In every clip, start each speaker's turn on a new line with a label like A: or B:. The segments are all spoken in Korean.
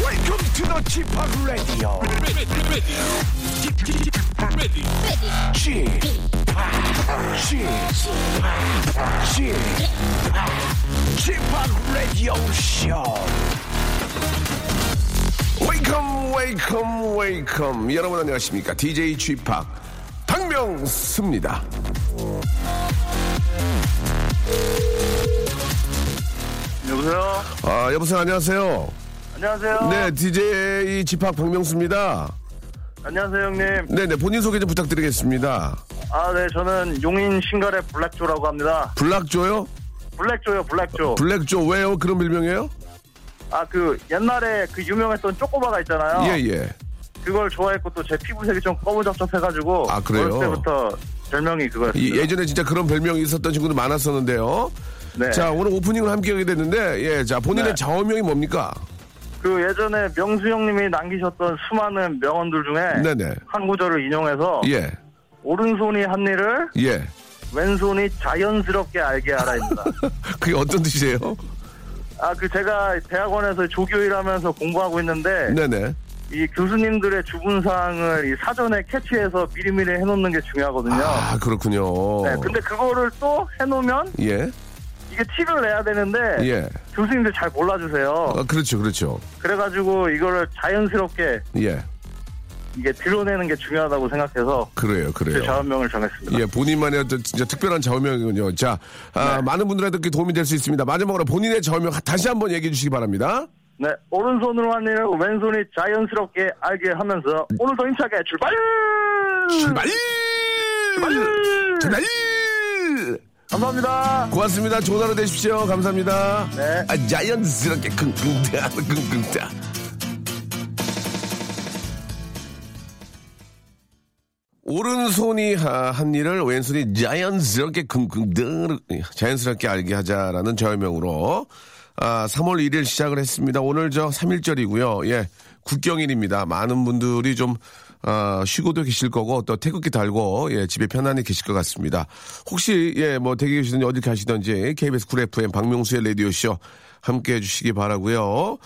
A: Welcome to the Chip Radio. Chip, Chip, Chip Radio Show. Welcome, welcome, welcome. 여러분 안녕하십니까? DJ Chip 박명수입니다.
B: 여보세요?
A: 아 여보세요, 안녕하세요.
B: 안녕하세요?
A: 네, DJ 집합 박명수입니다.
B: 안녕하세요, 형님.
A: 네, 네, 본인 소개 좀 부탁드리겠습니다.
B: 아, 네, 저는 용인 신갈의 블랙조라고 합니다.
A: 블락조요?
B: 블랙조요, 블랙조.
A: 블랙조 왜요? 그런 별명이에요?
B: 아, 그, 옛날에 그 유명했던 쪼꼬바가 있잖아요.
A: 예, 예.
B: 그걸 좋아했고 또 제 피부색이 좀 꺼무적적해가지고.
A: 아, 그래요?
B: 어렸을 때부터 별명이 그거였어요.
A: 이- 예전에 진짜 그런 별명이 있었던 친구들 많았었는데요.
B: 네.
A: 자, 오늘 오프닝을 함께 하게 됐는데, 예, 자, 본인의
B: 네.
A: 자원명이 뭡니까?
B: 그 예전에 명수 형님이 남기셨던 수많은 명언들 중에.
A: 네네.
B: 한 구절을 인용해서.
A: 예,
B: 오른손이 한 일을
A: 예.
B: 왼손이 자연스럽게 알게 하라입니다.
A: 그게 어떤 뜻이에요?
B: 아, 그 제가 대학원에서 조교 일하면서 공부하고 있는데.
A: 네네.
B: 이 교수님들의 주문 사항을 이 사전에 캐치해서 미리미리 해놓는 게 중요하거든요.
A: 아, 그렇군요.
B: 네, 근데 그거를 또 해놓으면
A: 예,
B: 이게 팁을 내야 되는데
A: 예.
B: 교수님들 잘 몰라주세요.
A: 아, 그렇죠, 그렇죠.
B: 그래가지고 이거를 자연스럽게
A: 예,
B: 이게 드러내는 게 중요하다고 생각해서
A: 그래요,
B: 제
A: 그래요.
B: 자원명을 정했습니다.
A: 예, 본인만의 어떤 진짜 특별한 저명이군요. 자,
B: 네.
A: 아, 많은 분들한테 그게 도움이 될 수 있습니다. 마지막으로 본인의 저명 다시 한번 얘기해 주시기 바랍니다.
B: 네, 오른손으로 한 일을 왼손이 자연스럽게 알게 하면서 오늘도 힘차게 출발!
A: 출발! 출발!
B: 감사합니다.
A: 고맙습니다. 좋은 하루 되십시오. 감사합니다.
B: 네.
A: 아, 자연스럽게 끙끙대하, 끙끙대하. 오른손이 하- 한 일을 왼손이 자연스럽게 끙끙대르 자연스럽게 알게 하자라는 저명으로 아, 3월 1일 시작을 했습니다. 오늘 저 3일절이고요. 예. 국경일입니다. 많은 분들이 좀 아, 쉬고도 계실 거고 또 태극기 달고 예, 집에 편안히 계실 것 같습니다. 혹시 예, 뭐 댁에 계시든지 어디 가시든지 KBS 쿨 FM 박명수의 라디오 쇼 함께 해주시기 바라고요.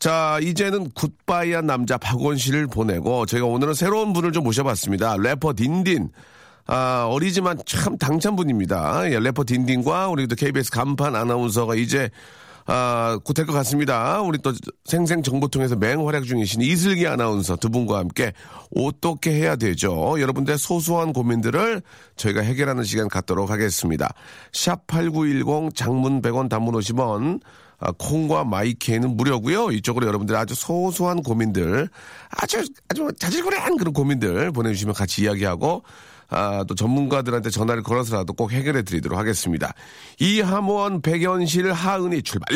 A: 자 이제는 굿바이한 남자 박원 씨를 보내고 제가 오늘은 새로운 분을 좀 모셔봤습니다. 래퍼 딘딘. 아, 어리지만 참 당찬 분입니다. 예, 래퍼 딘딘과 우리 또 KBS 간판 아나운서가 이제 아, 곧 될 것 같습니다. 우리 또 생생정보통에서 맹활약 중이신 이슬기 아나운서 두 분과 함께 어떻게 해야 되죠? 여러분들의 소소한 고민들을 저희가 해결하는 시간 갖도록 하겠습니다. 샵8910 장문 100원 단문 50원 아, 콩과 마이케이는 무료고요. 이쪽으로 여러분들 아주 소소한 고민들 아주 아주 뭐 자질구레한 그런 고민들 보내주시면 같이 이야기하고 아, 또 전문가들한테 전화를 걸어서라도 꼭 해결해 드리도록 하겠습니다. 이하모원, 백연실, 하은이 출발!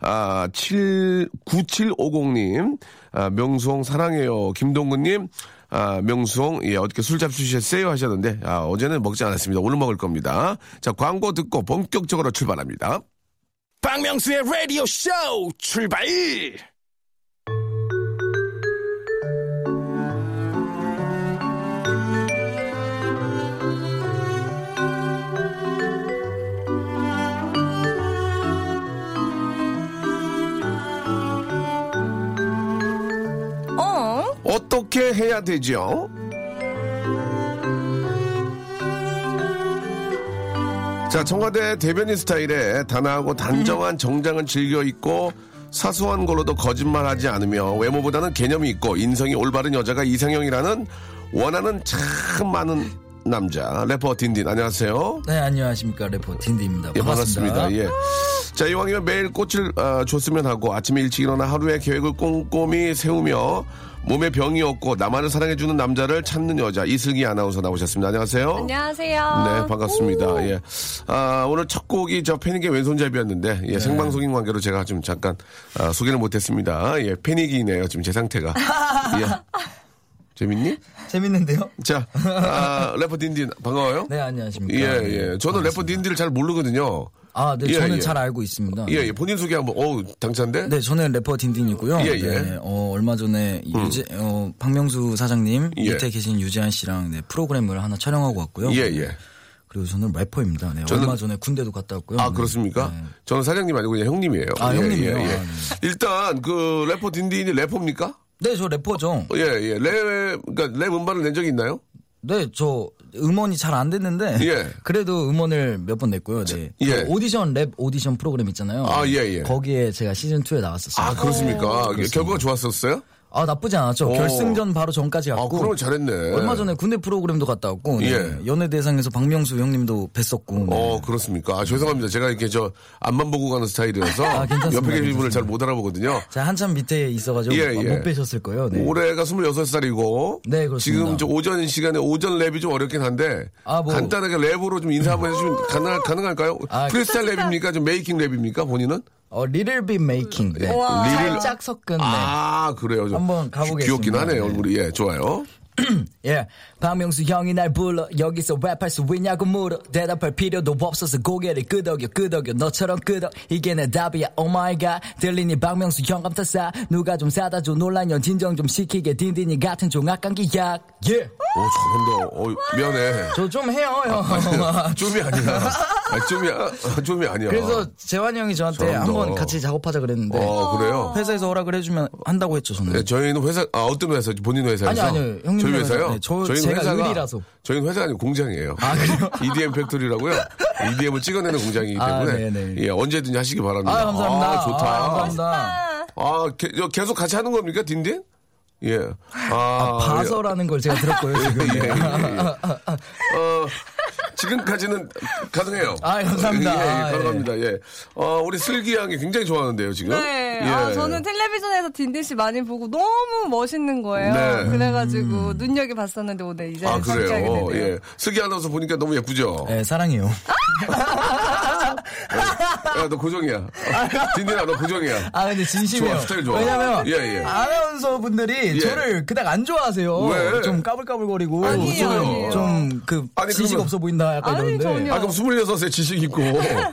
A: 아, 7, 9750님, 아, 명수홍 사랑해요. 김동근님, 아, 명수홍, 예, 어떻게 술 잡수셨어요? 하셨는데, 아, 어제는 먹지 않았습니다. 오늘 먹을 겁니다. 자, 광고 듣고 본격적으로 출발합니다.
C: 박명수의 라디오 쇼 출발!
D: 어?
A: 어떻게 해야 되죠? 자, 청와대 대변인 스타일의 단아하고 단정한 정장을 즐겨 입고 사소한 걸로도 거짓말하지 않으며 외모보다는 개념이 있고 인성이 올바른 여자가 이상형이라는 원하는 참 많은 남자 래퍼 딘딘 안녕하세요.
E: 네, 안녕하십니까. 래퍼 딘디입니다.
A: 예, 반갑습니다. 예. 자, 이왕이면 매일 꽃을 아, 줬으면 하고 아침에 일찍 일어나 하루의 계획을 꼼꼼히 세우며 몸에 병이 없고 나만을 사랑해주는 남자를 찾는 여자 이슬기 아나운서 나오셨습니다. 안녕하세요.
D: 안녕하세요.
A: 네, 반갑습니다. 예. 아, 오늘 첫 곡이 저 패닉의 왼손잡이였는데, 예, 생방송인 관계로 제가 좀 잠깐, 아, 소개를 못했습니다. 예, 패닉이네요. 지금 제 상태가. 예. 재밌니?
E: 재밌는데요?
A: 자, 아, 래퍼 딘딘, 반가워요?
E: 네, 안녕하십니까.
A: 예, 예. 저는 래퍼 딘딘을 잘 모르거든요.
E: 아, 네,
A: 예,
E: 저는
A: 예.
E: 잘 알고 있습니다.
A: 예, 예. 본인 소개 한번, 어우, 당찬데?
E: 네, 저는 래퍼 딘딘이고요.
A: 예, 예.
E: 네, 어, 얼마 전에 유재, 어, 박명수 사장님
A: 예.
E: 밑에 계신 유재한 씨랑 네, 프로그램을 하나 촬영하고 왔고요.
A: 예, 예.
E: 그리고 저는 래퍼입니다. 네,
A: 저는-
E: 얼마 전에 군대도 갔다 왔고요.
A: 아,
E: 네.
A: 그렇습니까?
E: 네.
A: 저는 사장님 아니고 그냥 형님이에요. 예,
E: 아, 형님이요? 아, 네.
A: 일단, 그, 래퍼 딘딘이 래퍼입니까? 어,
E: 네, 저 래퍼죠.
A: 예, 예. 랩, 그니까 랩 음반을 낸 적이 있나요?
E: 네, 저 음원이 잘 안 됐는데
A: 예.
E: 그래도 음원을 몇 번 냈고요. 네.
A: 예.
E: 그 오디션 랩 오디션 프로그램 있잖아요.
A: 아, 예, 예.
E: 거기에 제가 시즌 2에 나왔었어요.
A: 아,
E: 아,
A: 그렇습니까? 이게 결과가 좋았었어요?
E: 나쁘지 않았죠.
A: 오.
E: 결승전 바로 전까지
A: 아,
E: 갔고.
A: 그럼 잘했네.
E: 얼마 전에 군대 프로그램도 갔다 왔고 네.
A: 예.
E: 연예 대상에서 박명수 형님도 뵀었고. 네.
A: 어, 그렇습니까? 아, 죄송합니다. 제가 이렇게 저 앞만 보고 가는 스타일이라서
E: 아, 괜찮습니다.
A: 옆에 계신 분을
E: 괜찮습니다.
A: 잘 못 알아보거든요.
E: 제가 한참 밑에 있어가지고 아,
A: 예, 예.
E: 못 뵈셨을 거예요. 네.
A: 올해가 26살이고
E: 네, 그렇습니다.
A: 지금 저 오전 시간에 오전 랩이 좀 어렵긴 한데
E: 아, 뭐. 음.
A: 간단하게 랩으로 좀 인사 한번 해주면 가능, 가능할까요?
E: 아,
A: 프리스타일 랩입니까? 좀 메이킹 랩입니까? 본인은?
E: 어, 리틀 비 메이킹. 네. 살짝 섞은. 네.
A: 아 그래요. 좀
E: 한번 가보겠습니다.
A: 귀엽긴 하네
E: 네.
A: 얼굴이. 예, 좋아요.
E: 예, 박명수 형이 날 불러 여기서 랩할 수 있냐고 물어 대답할 필요도 없어서 고개를 끄덕여 끄덕여 너처럼 끄덕 이게 내 답이야 oh my god 들리니 박명수 형 감탄사 누가 좀 사다 줘 논란 연 진정 좀 시키게 딘딘이 같은 종합감기약 예,
A: 오 잘한다. 어, 미안해.
E: 저 좀 해요
A: 아,
E: 형
A: 좀이 아니야. 아, 좀이 아, 좀이 아니야.
E: 그래서 재환이 형이 저한테
A: 잘한다.
E: 한번 같이 작업하자 그랬는데
A: 어 그래요.
E: 회사에서 허락을 해주면 한다고 했죠 저는
A: 네, 저희는 회사 아 어떤 회사 본인 회사에서
E: 아니, 아니요. 형님
A: 저희
E: 회사.
A: 회사요
E: 네, 저-
A: 저희는
E: 제가
A: 회사가
E: 의리라서.
A: 저희는 회사 아니고 공장이에요
E: 아, 그래요?
A: EDM E 팩토리라고요 EDM을 찍어내는 공장이기
E: 아,
A: 때문에
E: 네네.
A: 예 언제든지 하시기 바랍니다
E: 아 감사합니다
A: 아, 좋다
E: 아, 감사합니다
A: 아, 게- 저 계속 같이 하는 겁니까 딘딘 예아
E: 바서라는 걸 제가 들었고요 지금
A: 예, 예, 예. 어, 지금까지는 가능해요.
E: 아, 감사합니다.
A: 예,
E: 아,
A: 예,
E: 예.
A: 가능합니다. 예. 어, 우리 슬기 양이 굉장히 좋아하는데요, 지금.
F: 네.
A: 예.
F: 아, 저는 텔레비전에서 딘딘 씨 많이 보고 너무 멋있는 거예요.
A: 네.
F: 그래가지고 눈여겨봤었는데 오늘 이제
A: 아,
F: 함께 하게
A: 그래요.
F: 되네요.
A: 예. 슬기 아나운서 보니까 너무 예쁘죠?
E: 네, 사랑해요
A: 야, 아, 너 고정이야. 딘딘아, 너 고정이야.
E: 아 근데 진심이에요.
A: 좋아, 스타일 좋아.
E: 왜냐면
A: 예, 예.
E: 아나운서 분들이
A: 예.
E: 저를 그닥 안 좋아하세요.
A: 왜?
E: 좀 까불까불거리고
A: 아니에요. 아니에요.
E: 좀그
A: 아니,
E: 지식
A: 그러면-
E: 없어 보인다 약간
F: 아니,
E: 이러는데.
F: 전혀.
A: 아, 그럼 26세 지식 있고,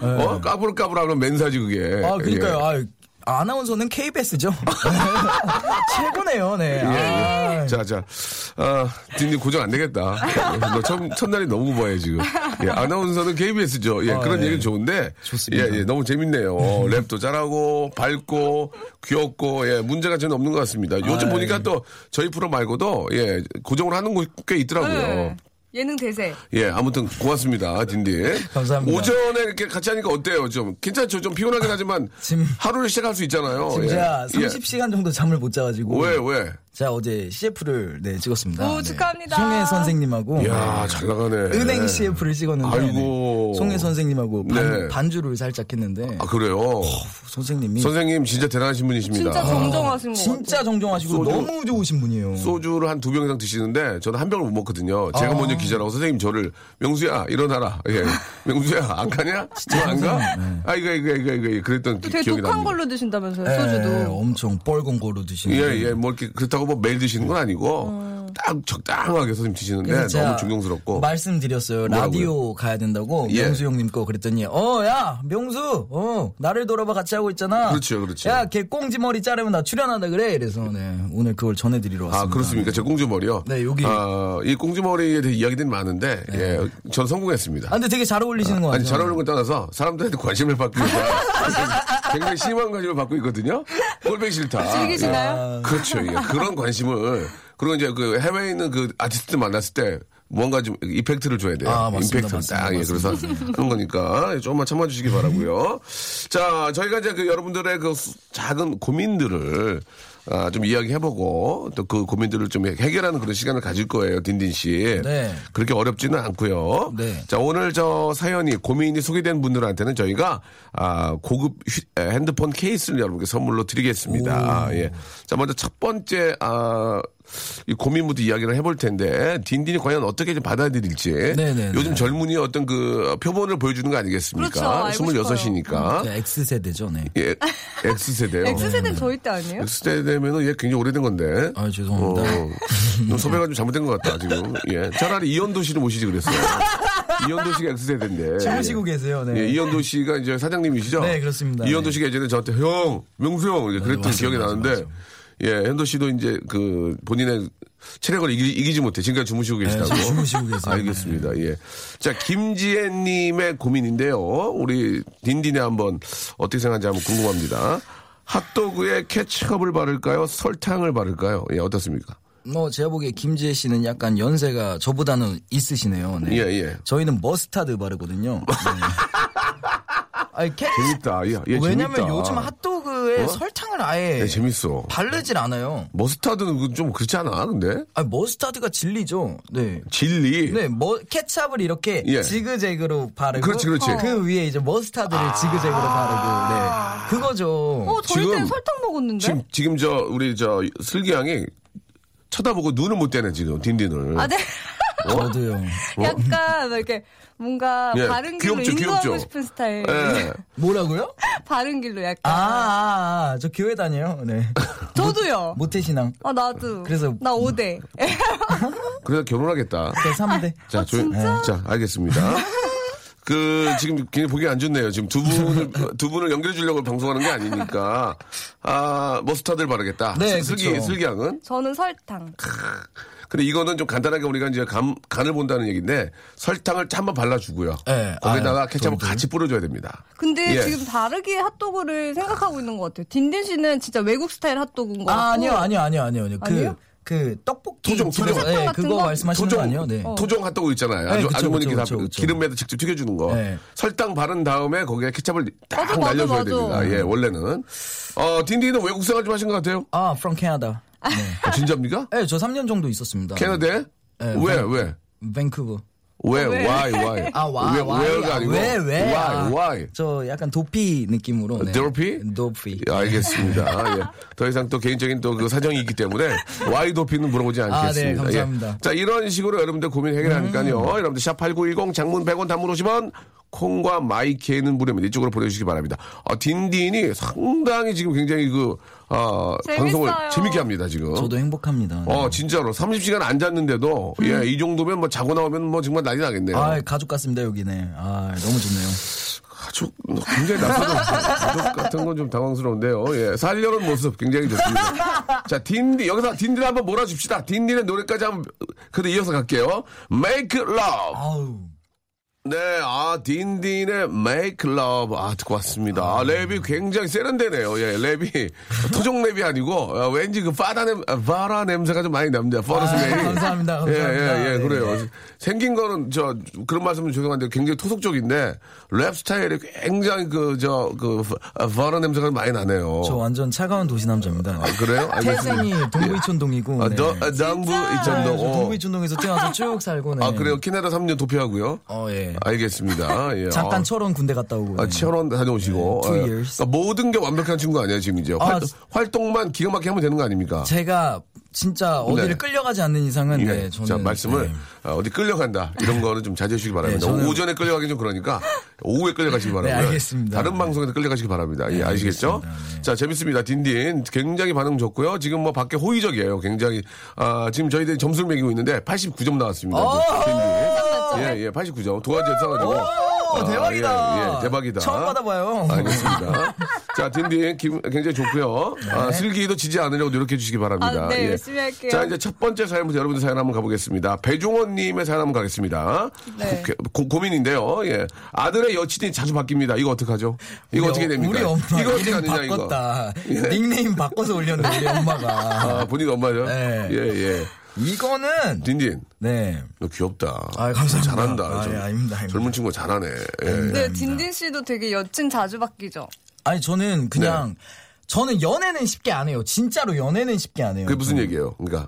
A: 어? 까불까불하면 맨사지, 그게.
E: 네. 아 그러니까요.
A: 예.
E: 아, 아나운서는 KBS죠. 최고네요. 네. 아,
A: 예. 자, 자. 아, 딘딘 고정 안 되겠다. 예. 너 첫, 첫날이 너무 무바해, 지금. 예, 아나운서는 KBS죠. 예, 그런
E: 예.
A: 얘기는 좋은데.
E: 좋습니다.
A: 예, 예, 너무 재밌네요. 어, 랩도 잘하고, 밝고, 귀엽고, 예, 문제가 전혀 없는 것 같습니다.
E: 아, 네.
A: 요즘 보니까 또 저희 프로 말고도, 예, 고정을 하는 곳 꽤 있더라고요.
F: 네. 예능 대세.
A: 예, 아무튼 고맙습니다, 딘디.
E: 감사합니다.
A: 오전에 이렇게 같이 하니까 어때요? 좀 괜찮죠? 좀 피곤하긴 하지만
E: 지금-
A: 하루를 시작할 수 있잖아요.
E: 지금
A: 예.
E: 제가
A: 예.
E: 30시간 정도 잠을 못 자가지고
A: 왜 왜?
E: 제가 어제 CF를 네 찍었습니다.
F: 오,
E: 네.
F: 축하합니다.
E: 송혜 선생님하고
A: 이야, 잘 나가네. 예.
E: 은행 CF를 찍었는데
A: 아이고.
E: 네. 송혜 선생님하고 반,
A: 네.
E: 반주를 살짝 했는데
A: 아
E: 어,
A: 그래요.
E: 음. 선생님이
A: 선생님 진짜 대단하신 분이십니다. 아,
F: 진짜 정정하신 것 같아요.
E: 진짜 정정하시고
A: 소주-
E: 너무 좋으신 분이에요.
A: 소주를 한 두 병 이상 드시는데 저는 한 병을 못 먹거든요.
E: 아.
A: 제가 먼저 기자라고 선생님 저를 명수야 일어나라. 예. 명수야 안 가냐? 너안 가? 아이고 아이고 아이고 아이고 그랬던
F: 또
A: 기-
F: 되게
A: 기억이 납니다.
F: 독한
A: 네.
F: 걸로 드신다면서요,
E: 예,
F: 소주도.
E: 엄청 뻘건 거로 드시는.
A: 예, 예, 뭐, 이렇게 그렇다고 뭐 매일 드시는 건 아니고, 딱 적당하게 선생님 드시는데, 네,
E: 그렇죠.
A: 너무 존경스럽고.
E: 말씀드렸어요.
A: 뭐라고요?
E: 라디오 가야 된다고
A: 예.
E: 명수 형님 거 그랬더니 어 야 명수 어 나를 돌아봐 같이 하고 있잖아.
A: 그렇죠, 그렇죠.
E: 야걔 꽁지 머리 자르면 나 출연한다 그래. 이래서 네, 오늘 그걸 전해드리러
A: 아,
E: 왔습니다.
A: 그렇습니까? 제 꽁지머리요?
E: 네, 여기.
A: 아, 이 꽁지머리에 대해 이야기들이 많은데, 예, 전 성공했습니다.
E: 아, 근데 되게 잘 어울리시는 것 같아요.
A: 아니, 잘 어울리는 건 떠나서 사람들한테 관심을 받고 있어요. 굉장히 심한 관심을 받고 있거든요. 꼴보기 싫다.
F: 즐기시나요?
A: 예. 그렇죠. 예. 그런 관심을 그리고 이제 그 해외에 있는 그 아티스트 만났을 때 뭔가 좀 이펙트를 줘야 돼요.
E: 아, 맞습니다,
A: 임팩트를
E: 맞습니다,
A: 딱 예. 그래서 그런 거니까 조금만 참아 주시기 바라고요. 자, 저희가 이제 그 여러분들의 그 수- 작은 고민들을 아, 좀 이야기해보고 또 그 고민들을 좀 해결하는 그런 시간을 가질 거예요, 딘딘 씨.
E: 네.
A: 그렇게 어렵지는 않고요.
E: 네.
A: 자, 오늘 저 사연이 고민이 소개된 분들한테는 저희가 아, 고급 휴- 에, 핸드폰 케이스를 여러분께 선물로 드리겠습니다. 예. 자, 먼저 첫 번째 아, 이 고민부터 이야기를 해볼 텐데 딘딘이 과연 어떻게 좀 받아들일지.
E: 네네네.
A: 요즘 젊은이 어떤 그 표본을 보여주는 거
F: 그렇죠.
A: 아니겠습니까?
F: 알고
A: 26이니까.
E: 네, X세대죠, 네.
A: 예. X세대요.
F: X세대는 저희 때 아니에요?
A: X대 되면은 얘 굉장히 오래된 건데.
E: 아, 죄송합니다.
A: 좀 섭외가 좀 잘못된 것 같다, 지금. 예. 차라리 이현도 씨를 모시지 그랬어요. 이현도 씨가 X세대인데.
E: 주무시고 계세요, 네.
A: 예, 이현도 씨가 이제 사장님이시죠?
E: 네, 그렇습니다.
A: 이현도
E: 네.
A: 씨가 예전에 저한테 형, 명수 형, 이제 그랬던
E: 맞아요,
A: 기억이
E: 맞아요,
A: 나는데,
E: 맞아요.
A: 예, 현도 씨도 이제 그 본인의 체력을 이기, 지 못해. 지금까지 주무시고 계시다고.
E: 네, 지금 주무시고 계세요. 네.
A: 알겠습니다. 예. 자, 김지혜 님의 고민인데요. 우리 딘딘이 한번 어떻게 생각하는지 한번 궁금합니다. 핫도그에 케첩을 바를까요? 설탕을 바를까요? 예, 어떻습니까?
E: 뭐 제가 보기에 김지혜 씨는 약간 연세가 저보다는 있으시네요. 네.
A: 예, 예.
E: 저희는 머스타드 바르거든요. 네. 아니, 캐...
A: 재밌다. 예, 예,
E: 왜냐면
A: 재밌다. 어?
E: 요즘 핫도그에 네. 설탕을 아예
A: 예, 재밌어.
E: 바르질 않아요.
A: 머스타드는 그건 좀 그렇지 않아, 근데?
E: 아니, 머스타드가 진리죠. 네.
A: 진리.
E: 네, 뭐 케찹을 이렇게
A: 예.
E: 지그재그로 바르고
A: 그렇지, 아. 그렇지.
E: 그 위에 이제 머스타드를 지그재그로 바르고 네. 그거죠.
F: 어, 저희
A: 지금-
F: 때는 설탕 먹었는데?
A: 지금, 지금 저, 우리 저, 슬기양이 쳐다보고 눈을 못 떼네, 지금, 딘딘을.
F: 아, 네.
E: 저도요.
F: 약간 막 이렇게 뭔가
A: 어? 예,
F: 바른 길로
A: 귀엽죠,
F: 인도하고
A: 귀엽죠.
F: 싶은 스타일.
A: 예.
E: 뭐라고요?
F: 바른 길로 약간.
E: 아, 아, 아, 저 교회 다녀요. 네.
A: 뭐,
F: 저도요.
E: 모태신앙.
F: 아, 나도.
E: 그래서-
F: 나 5대. 예.
A: 그래서 결혼하겠다.
E: 저 3대.
A: 자,
F: 아,
A: 조용- 자, 알겠습니다. 그 지금 굉장히 보기 안 좋네요. 지금 두 분을 두 분을 연결해 주려고 방송하는 게 아니니까 아 머스타드를 바르겠다.
E: 네,
A: 슬기
E: 그쵸.
A: 슬기양은.
F: 저는 설탕.
A: 근데 이거는 좀 간단하게 우리가 이제 간, 간을 본다는 얘기인데 설탕을 한번 발라주고요.
E: 네,
A: 거기다가
E: 아유,
A: 케첩을
E: 저도.
A: 같이 뿌려줘야 됩니다.
F: 근데
A: 예.
F: 지금 다르게 핫도그를 생각하고 있는 것 같아요. 딘딘 씨는 진짜 외국 스타일 핫도그인 것 같고.
E: 아, 아니요, 아니요, 아니요, 아니요. 아니요.
F: 어. 아니에요? 네,
E: 그, 그 떡볶이
A: 토종,
E: 집에서,
A: 토종.
E: 예,
F: 같은
E: 그거
F: 거?
E: 말씀하시는 거 아니에요? 네.
F: 어.
A: 토종 핫도그 있잖아요.
E: 네,
A: 아주,
E: 그쵸,
A: 아주머니께
E: 그쵸,
A: 다
E: 그쵸, 그쵸.
A: 기름에다 직접 튀겨주는 거.
E: 네.
A: 설탕 바른 다음에 거기에 케첩을 딱
F: 맞아, 맞아,
A: 날려줘야
F: 맞아.
A: 됩니다.
E: 네.
A: 예, 원래는. 어, 딘딘은 외국 생활 좀 하신 것 같아요.
E: 아, from 캐나다. 네.
A: 아, 진짜입니까?
E: 예, 저 3년 정도 있었습니다.
A: 캐나다에?
E: 네,
A: 왜,
E: 방-
A: 왜?
E: 밴쿠버.
A: 왜, why, why?
E: 아, 와,
A: 왜,
E: 와.
A: where가
E: 아,
A: 아니고?
E: 왜, 왜? 아,
A: why, why?
E: 저 약간 도피 느낌으로. 네.
A: 도피?
E: 도피.
A: 예, 알겠습니다. 예. 더 이상 또 개인적인 또 그 사정이 있기 때문에 why 도피는 물어보지 않겠습니다.
E: 아, 네, 감사합니다. 음.
A: 예. 자, 이런 식으로 여러분들 고민 해결하니까요. 여러분들 샵8910 장문 100원 단문 50원 콩과 마이케이는 무료입니다. 이쪽으로 보내주시기 바랍니다. 아, 딘딘이 상당히 지금 굉장히 그, 아, 방송을
F: 재밌어요.
A: 재밌게 합니다, 지금.
E: 저도 행복합니다. 네.
A: 어, 진짜로. 30시간 안 잤는데도,
F: 음.
A: 예, 이 정도면 뭐 자고 나오면 뭐 정말 난리 나겠네요.
E: 아, 가족 같습니다, 여기네. 아, 너무 좋네요.
A: 가족 아, 뭐, 굉장히 낯설어 가족 같은 건 좀 당황스러운데요. 예, 살려는 모습 굉장히 좋습니다. 자, 딘디 여기서 딘디를 한번 몰아줍시다. 딘디의 노래까지 한번 그래도 이어서 갈게요. Make Love.
E: 아우.
A: 네, 아 딘딘의 Make Love 아 듣고 왔습니다. 아, 랩이 굉장히 세련되네요. 예, 랩이 토종 랩이 아니고 어, 왠지 그 파다 냄 아, 파라 냄새가 좀 많이 납니다. 퍼러스
E: 아,
A: 메이.
E: 감사합니다, 감사합니다.
A: 예, 예, 예,
E: 네.
A: 그래요. 생긴 거는 저 그런 말씀은 죄송한데 굉장히 토속적인데 랩 스타일이 굉장히 그 저그 아, 버너 냄새가 많이 나네요.
E: 저 완전 차가운 도시 남자입니다.
A: 아, 그래요? 알겠습니다.
E: 태생이 동부이촌동이고.
A: 아,
E: 네.
A: 너, 아, 남부
E: 네, 저
A: 이천동. 어.
E: 동부이촌동에서 태어나서 쭉 살고. 네.
A: 아, 그래요? 캐나다 3년 도피하고요.
E: 어, 예.
A: 알겠습니다. 예.
E: 잠깐
A: 아.
E: 철원 군대 갔다 오고.
A: 아,
E: 네.
A: 치열한 다녀오시고.
E: 네, two
A: 예.
E: years.
A: 그러니까 모든 게 완벽한 친구 아니에요, 지금 이제. 활,
E: 아,
A: 활동만 기가 막히게 하면 되는 거 아닙니까?
E: 제가 진짜 어디를
A: 네.
E: 끌려가지 않는 이상은
A: 예.
E: 네, 저는
A: 자, 말씀을
E: 네.
A: 아, 어디 끌려간다. 이런 거는 좀 자제해 주시기 바랍니다.
E: 저는-
A: 오전에 끌려가긴 좀 그러니까 오후에 끌려가시기 바랍니다.
E: 알겠습니다.
A: 다른
E: 네.
A: 방송에서 끌려가시기 바랍니다. 예, 아시겠죠? 자, 재밌습니다. 딘딘. 굉장히 반응 좋고요. 지금 뭐 밖에 호의적이에요. 굉장히. 아, 지금 저희들이 점수를 매기고 있는데 89점 나왔습니다.
E: 어,
A: 딘딘. 예, 예, 89점. 도화지에 써가지고.
E: 오,
A: 아,
E: 대박이다.
A: 예, 예, 대박이다.
E: 처음 받아봐요.
A: 알겠습니다. 자, 딘딘 기분 굉장히 좋고요.
E: 네.
A: 아, 슬기도 지지 않으려고 노력해 주시기 바랍니다. 예.
F: 아, 네, 열심히 할게요.
A: 자, 이제 첫 번째 사연부터 여러분들 사연 한번 가보겠습니다. 배종원 님의 사연 한번 가겠습니다.
F: 네.
A: 고, 민인데요 예. 아들의 여친이 자주 바뀝니다. 이거 어떡하죠? 이거
E: 우리
A: 어떻게
E: 어-
A: 됩니까?
E: 우리 엄마
A: 이거 어떻게
E: 이름
A: 하느냐, 이거.
E: 바꿨다.
A: 예.
E: 닉네임 바꿔서 올렸는데 우리 엄마가
A: 아, 본인 엄마죠?
E: 네.
A: 예, 예.
E: 이거는
A: 딘딘.
E: 네.
A: 너 귀엽다.
E: 아, 감사합니다.
A: 잘한다.
E: 아,
A: 젊-
E: 예, 아닙니다, 아닙니다.
A: 젊은 친구 잘하네. 예.
F: 네, 딘딘 씨도 되게 여친 자주 바뀌죠.
E: 아니 저는 그냥 저는 연애는 쉽게 안 해요. 진짜로 연애는 쉽게 안 해요.
A: 그게 무슨 얘기예요? 그러니까,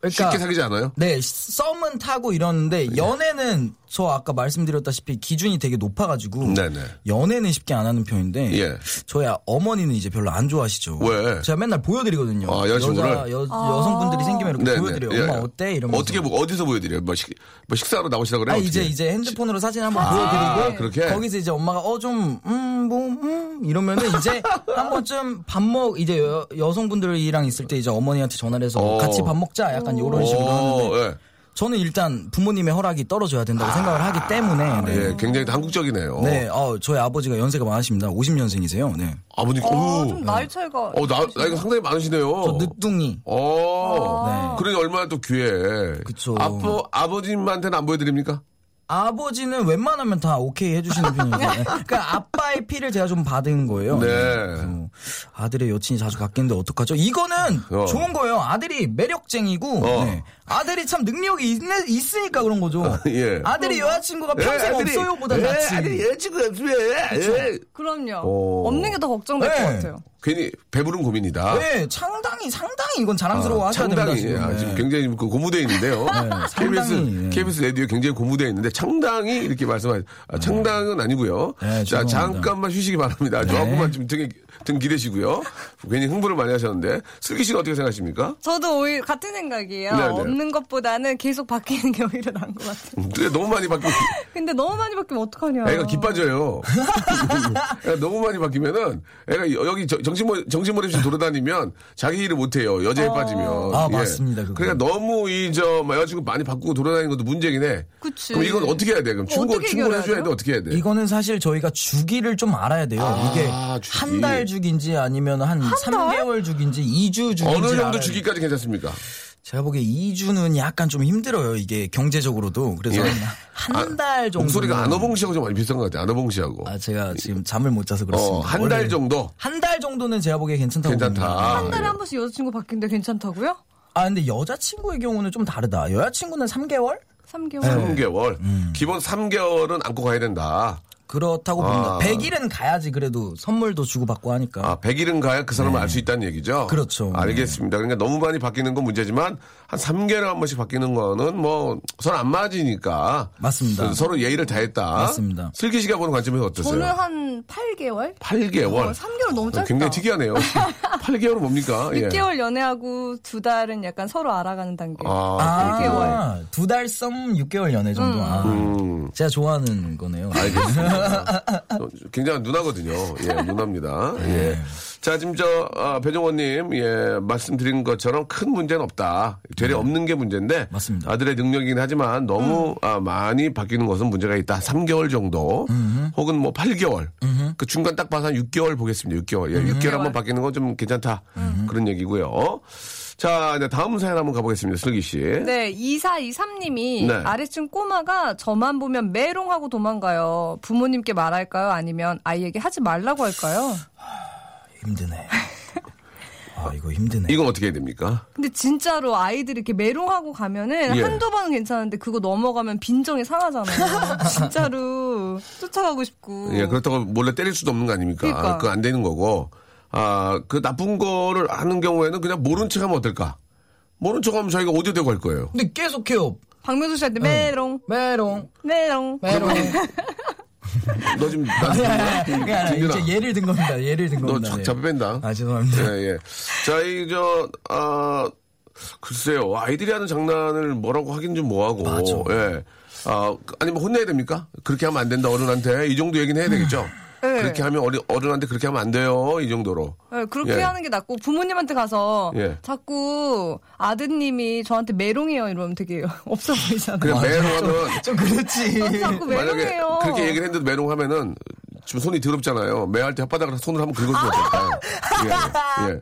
E: 그러니까
A: 쉽게 사귀지 예. 않아요?
E: 네, 썸은 타고 이러는데 연애는 저 아까 말씀드렸다시피 기준이 되게 높아가지고
A: 네네.
E: 연애는 쉽게 안 하는 편인데
A: 예.
E: 저희 어머니는 이제 별로 안 좋아하시죠.
A: 왜?
E: 제가 맨날 보여드리거든요.
A: 아, 여자친구를?
E: 여자, 여, 여성분들이 생기면 이렇게
A: 네네.
E: 보여드려요.
A: 예.
E: 엄마 어때? 이러면서
A: 어떻게 보고 어디서 보여드려요? 뭐, 식, 뭐 식사하러 나오시다 그래요?
E: 아
A: 어떻게?
E: 이제 이제 핸드폰으로 사진 한번
A: 아,
E: 보여드리고
A: 그렇게?
E: 거기서 이제 엄마가 어 좀 음 뭐 음 이러면은 이제 한 번쯤 밥 먹 이제 여, 여성분들이랑 있을 때 이제 어머니한테 전화를 해서
A: 어.
E: 같이 밥 먹자 약간 이런 식으로 하는데
A: 오, 예.
E: 저는 일단 부모님의 허락이 떨어져야 된다고
A: 아.
E: 생각을 하기 때문에 네.
A: 예, 굉장히 한국적이네요.
E: 네, 어, 저희 아버지가 연세가 많으십니다. 50년생이세요. 네.
A: 아버님,
F: 어,
A: 오.
F: 좀 나이 차이가.
A: 어, 나, 나이가 상당히 많으시네요.
E: 저 늦둥이.
A: 어.
F: 아.
E: 네.
A: 그러니 얼마나 또 귀해.
E: 그쵸.
A: 아빠, 아버님한테는 안 보여드립니까?
E: 아버지는 웬만하면 다 오케이 해주시는 편이에요. 네. 그러니까 아빠의 피를 제가 좀 받은 거예요.
A: 네.
E: 그래서 아들의 여친이 자주 바뀌는데 어떡하죠? 이거는
A: 어.
E: 좋은 거예요. 아들이 매력쟁이고
A: 어.
E: 네. 아들이 참 능력이 있, 으니까 그런 거죠.
A: 예.
E: 아들이 여자친구가 평생 없어요보다
A: 예,
E: 낫지.
A: 아들이 여자친구가 없으면, 예.
F: 그럼요.
A: 오.
F: 없는 게 더 걱정될
E: 네.
F: 것 같아요.
A: 괜히 배부른 고민이다.
E: 네, 상당히 상당히 이건 자랑스러워 하셔야 됩니다.
A: 상당히
E: 지금.
A: 아, 지금
E: 네.
A: 굉장히 그 고무돼 있는데요. KBS
E: 상당히, 예.
A: KBS 라디오 굉장히 고무돼 있는데 창당이 이렇게 말씀하신 아, 창당은 아니고요.
E: 네,
A: 자
E: 죄송합니다. 네.
A: 잠깐만 쉬시기 바랍니다. 조금만 좀 등에 등 기대시고요. 괜히 흥분을 많이 하셨는데 슬기 씨는 어떻게 생각하십니까?
F: 저도 오히려 같은 생각이에요.
A: 네, 네.
F: 없는 것보다는 계속 바뀌는 게 오히려 나은 것 같아요.
A: 근데 음, 너무 많이 바뀌면
F: 근데 너무 많이 바뀌면 어떡하냐.
A: 애가 기빠져요. 애가 너무 많이 바뀌면은 애가 여- 여기 저- 정신머리 정신머리 없이 돌아다니면 자기 일을 못 해요. 여자에 빠지면.
E: 아, 맞습니다, 그거.
A: 그러니까 너무 이저 뭐 여자친구 많이 바꾸고 돌아다니는 것도 문제긴 해.
F: 그치.
A: 그럼 이건 어떻게 해야 돼? 그럼
F: 그거
A: 충고
F: 어떻게
A: 충고를
F: 해결해야
A: 해줘야 돼?
F: 돼요?
A: 어떻게 해야 돼?
E: 이거는 사실 저희가 주기를 좀 알아야 돼요. 이게
A: 주기.
E: 한 달 주기인지 아니면 한 3개월 주기인지 2주 주기인지.
A: 어느 정도
E: 알아야
A: 주기까지 괜찮습니까?
E: 돼요. 제가 보기에 2주는 약간 좀 힘들어요. 이게 경제적으로도. 그래서
A: 예.
E: 한 달그 정도.
A: 목소리가 안어봉 씨하고 좀 많이 비슷한 것 같아요. 안어봉 씨하고.
E: 아, 제가 지금 잠을 못 자서 그렇습니다.
A: 어, 한 달 정도.
E: 한달 정도는 제가 보기에 괜찮다고 봅니다.
A: 괜찮다.
F: 한 달에 한 번씩 여자친구 바뀌는데 괜찮다고요?
E: 아, 근데 여자친구의 경우는 좀 다르다. 여자친구는 3개월?
F: 3개월.
E: 네.
A: 3개월.
E: 음.
A: 기본 3개월은 안고 가야 된다.
E: 그렇다고
A: 아.
E: 봅니다. 100일은 가야지 그래도 선물도 주고받고 하니까.
A: 아, 100일은 가야 그 사람을 알 수 있다는 얘기죠?
E: 네. 그렇죠.
A: 알겠습니다. 그러니까 너무 많이 바뀌는 건 문제지만, 한 3개월에 한 번씩 바뀌는 거는 뭐, 서로 안 맞으니까.
E: 맞습니다.
A: 서로 예의를 다했다.
E: 맞습니다.
A: 슬기 씨가 보는 관점에서 어떠세요?
F: 저는 한 8개월? 어,
A: 8개월.
F: 3개월 너무 짧다.
A: 굉장히 특이하네요. 8개월은 뭡니까? 예.
F: 6개월 연애하고 두 달은 약간 서로 알아가는 단계.
A: 아, 그렇군요.
E: 아, 두달썸 6개월 연애 정도.
F: 음.
E: 아,
A: 음.
E: 제가 좋아하는 거네요.
A: 알겠습니다. 어, 굉장히 누나거든요. 예, 누나입니다.
E: 네.
A: 예. 자, 지금 저, 아, 배종원님, 예, 말씀드린 것처럼 큰 문제는 없다. 되려 없는 게 문제인데.
E: 네. 맞습니다. 음.
A: 아들의 능력이긴 하지만 너무 아, 많이 바뀌는 것은 문제가 있다. 3개월 정도. 혹은 뭐 8개월. 그 중간 딱 봐서 한 6개월 보겠습니다. 6개월. 예,
E: 음.
A: 6개월 한 번 바뀌는 건 좀 괜찮다. 그런 얘기고요. 자, 이제 다음 사연 한번 가보겠습니다. 슬기 씨.
F: 네, 2423님이
A: 네.
F: 아래층 꼬마가 저만 보면 메롱하고 도망가요. 부모님께 말할까요? 아니면 아이에게 하지 말라고 할까요?
E: 힘드네. 아, 이거 힘드네.
A: 이건 어떻게 해야 됩니까?
F: 근데 진짜로 아이들이 이렇게 메롱하고 가면은
A: 예.
F: 한두 번은 괜찮은데 그거 넘어가면 빈정이 상하잖아요. 진짜로 쫓아가고 싶고.
E: 음.
A: 예, 그렇다고 몰래 때릴 수도 없는 거 아닙니까?
F: 그러니까.
A: 그거 안 되는 거고. 아, 그 나쁜 거를 하는 경우에는 그냥 모른 척 하면 어떨까? 모른 척 하면 저희가 오디오되고 할 거예요.
E: 근데 계속해요.
F: 박명수 씨한테 메롱,
E: 메롱,
F: 메롱.
E: 메롱.
A: 너 지금 나 지금
E: 아니, 아니,
A: 김민아,
E: 그러니까 이제 예를 든 겁니다. 예를 든
A: 너
E: 겁니다.
A: 자-
E: 네.
A: 잡혀 뺀다.
E: 아, 죄송합니다.
A: 예, 예. 자, 이, 저, 아, 글쎄요. 아이들이 하는 장난을 뭐라고 하긴 좀 뭐하고. 예. 아, 그- 아니면 혼내야 됩니까? 그렇게 하면 안 된다, 어른한테. 이 정도 얘기는 해야 되겠죠?
F: 네.
E: 예.
A: 그렇게 하면 어리, 어른한테 그렇게 하면 안 돼요. 이 정도로.
F: 네, 그렇게
A: 예.
F: 하는 게 낫고 부모님한테 가서
A: 예.
F: 자꾸 아드님이 저한테 메롱해요 이러면 되게 없어 보이잖아요.
A: 그냥 매로 하면
E: 좀 그렇지.
F: 자꾸
A: 만약에
F: 메롱해요.
A: 그렇게 얘기를 했는데 메롱하면은 지금 손이 더럽잖아요. 매할 때 혓바닥을 손을 한번 긁어주면 어떨까요? 예, 예.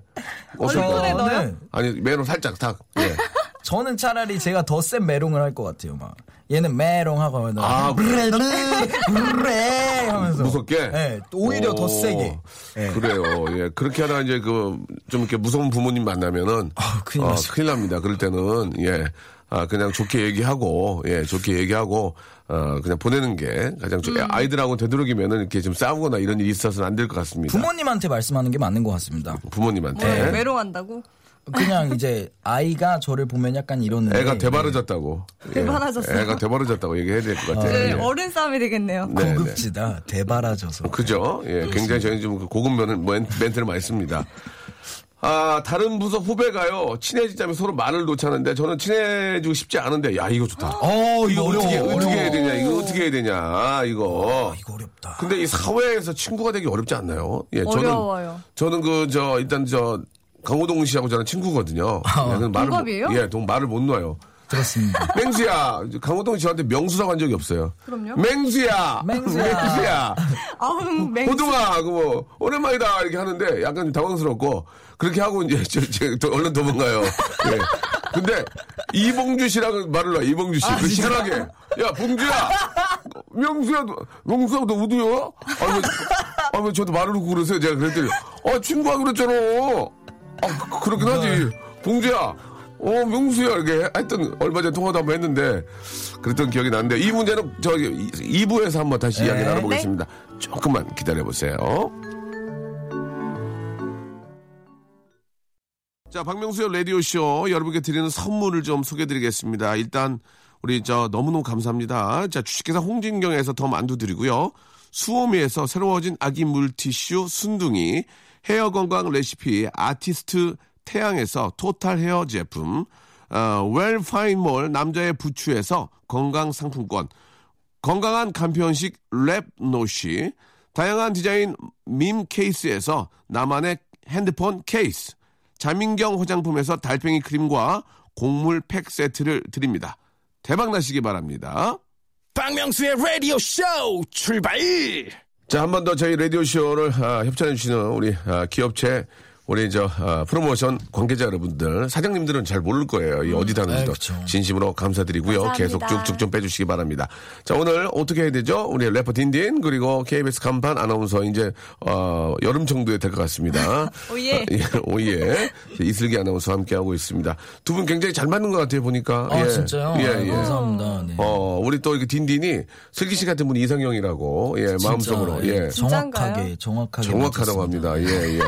F: 얼굴에
A: 어떨까요?
F: 아! 넣어요?
A: 아니 메롱 살짝 탁. 예.
E: 저는 차라리 제가 더 센 메롱을 할 것 같아요. 막 얘는 메롱 하고 하면
A: 아,
E: 브레르 브레 하면서
A: 무섭게.
E: 네, 오히려 더
A: 오,
E: 세게. 예.
A: 그래요. 예. 그렇게 하다가 이제 그 좀 이렇게 무서운 부모님 만나면은
E: 아, 큰일 났어요.
A: 큰일 납니다. 그럴 때는 예. 아, 그냥 좋게 얘기하고, 예, 좋게 얘기하고, 어, 그냥 보내는 게 가장
F: 음.
A: 좋, 아이들하고 되도록이면은 이렇게 좀 싸우거나 이런 일이 있어서는 안 될 것 같습니다.
E: 부모님한테 말씀하는 게 맞는 것 같습니다.
A: 님한테
F: 왜, 외로한다고?
E: 그냥 이제 아이가 저를 보면 약간 이러는데
A: 애가 대바르졌다고. 예,
F: 네, 대바라졌어요?
A: 애가 대바르졌다고 얘기해야 될 것 같아요.
F: 그
A: 예.
F: 어른 싸움이 되겠네요.
A: 네, 네.
E: 고급지다 대바라져서
A: 그죠? 예, 굉장히 저희 좀그 고급 면은 멘- 멘트를 많이 씁니다. 아, 다른 부서 후배가요, 친해지자면 서로 말을 놓자는데, 저는 친해지고 싶지 않은데, 야, 이거 좋다.
F: 아,
E: 어
A: 이거 어떻게, 어떻게 해야 되냐, 이거 어떻게 해야 되냐, 아, 이거.
E: 이거 어렵다
A: 근데 이 사회에서 친구가 되기 어렵지 않나요? 예,
F: 어려워요.
A: 저는, 저는 그, 저, 일단 저, 강호동 씨하고 저는 친구거든요. 예, 그래서 말을 못-
F: 아, 동갑이에요?
A: 예, 동, 말을 못 놔요.
E: 들었습니다
A: 맹수야, 강호동이 저한테 명수라고 한 적이 없어요.
F: 그럼요.
A: 맹수야!
E: 맹수야.
A: 맹수야! 어,
F: 아우 맹.
A: 호동아, 그 뭐, 오랜만이다, 이렇게 하는데, 약간 좀 당황스럽고, 그렇게 하고, 이제, 저, 저, 저, 얼른 도망가요. 예. 근데, 이봉주 씨라고 말을 놔, 이봉주
F: 아,
A: 씨. 그 시원하게. 야, 봉주야! 명수야, 너- 명수야, 너 어디요? 아, 왜, 아, 왜 저도 말을 놓고 그러세요? 제가 그랬더니, 아, 친구가 그랬잖아. 아, 그- 그렇긴 하지. 봉주야, 어, 명수야, 이렇게 하여튼, 얼마 전에 통화도 한번 했는데, 그랬던 기억이 나는데, 이 문제는 저기 2부에서 한번 다시 이야기 나눠보겠습니다. 조금만 기다려보세요. 자, 박명수의 라디오쇼 여러분께 드리는 선물을 좀 소개드리겠습니다. 일단, 우리 저 너무너무 감사합니다. 자, 주식회사 홍진경에서 더 만두 드리고요. 수오미에서 새로워진 아기 물티슈 순둥이, 헤어 건강 레시피 아티스트 태양에서 토탈 헤어 제품, 어, 웰파인몰 남자의 부추에서 건강 상품권, 건강한 간편식 랩노시, 다양한 디자인 밈 케이스에서 나만의 핸드폰 케이스, 자민경 화장품에서 달팽이 크림과 곡물 팩 세트를 드립니다. 대박 나시기 바랍니다.
C: 박명수의 라디오 쇼 출발!
A: 자, 한 번 더 저희 라디오쇼를 아, 협찬해주시는 우리 아, 기업체, 우리 저 아, 프로모션 관계자 여러분들, 사장님들은 잘 모를 거예요. 이 어디
E: 음, 아이,
A: 다는지도
E: 그쵸.
A: 진심으로 감사드리고요. 계속 쭉쭉 좀 빼주시기 바랍니다. 자, 오늘 어떻게 해야 되죠? 우리 래퍼 딘딘, 그리고 KBS 간판 아나운서, 이제, 어, 여름 정도에 될 것 같습니다.
F: 오예.
A: 아, 예, 오예. 이슬기 아나운서 함께하고 있습니다. 두 분 굉장히 잘 맞는 것 같아요, 보니까.
E: 아
A: 예.
E: 진짜요
A: 예,
E: 아,
A: 예.
E: 감사합니다 네.
A: 어, 우리 또 이렇게 딘딘이 슬기 씨 같은 분이 이상형이라고, 예, 마음속으로,
E: 진짜,
A: 예.
E: 정확하게 정확하게
A: 정확하다고
E: 아, 예, 맞췄습니다.
A: 합니다. 예, 예.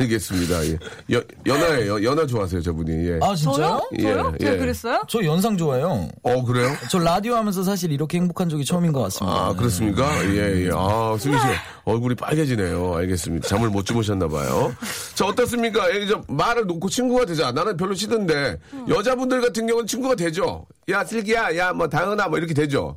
A: 알겠습니다. 예. 여, 연하예요. 연하 좋아하세요, 저분이. 예.
E: 아 진짜요?
F: 저요? 저요?
A: 예,
F: 제가
A: 예.
F: 그랬어요?
E: 저 연상 좋아해요
A: 어, 그래요?
E: 저 라디오 하면서 사실 이렇게 행복한 적이 처음인 것 같습니다
A: 아, 그렇습니까?
E: 네,
A: 예, 예. 아, 슬기 씨. 얼굴이 빨개지네요. 알겠습니다. 잠을 못 주무셨나봐요. 자, 어떻습니까? 예, 저 말을 놓고 친구가 되자. 나는 별로 싫은데,
E: 음.
A: 여자분들 같은 경우는 친구가 되죠? 야, 슬기야, 야, 뭐, 다은아, 뭐, 이렇게 되죠?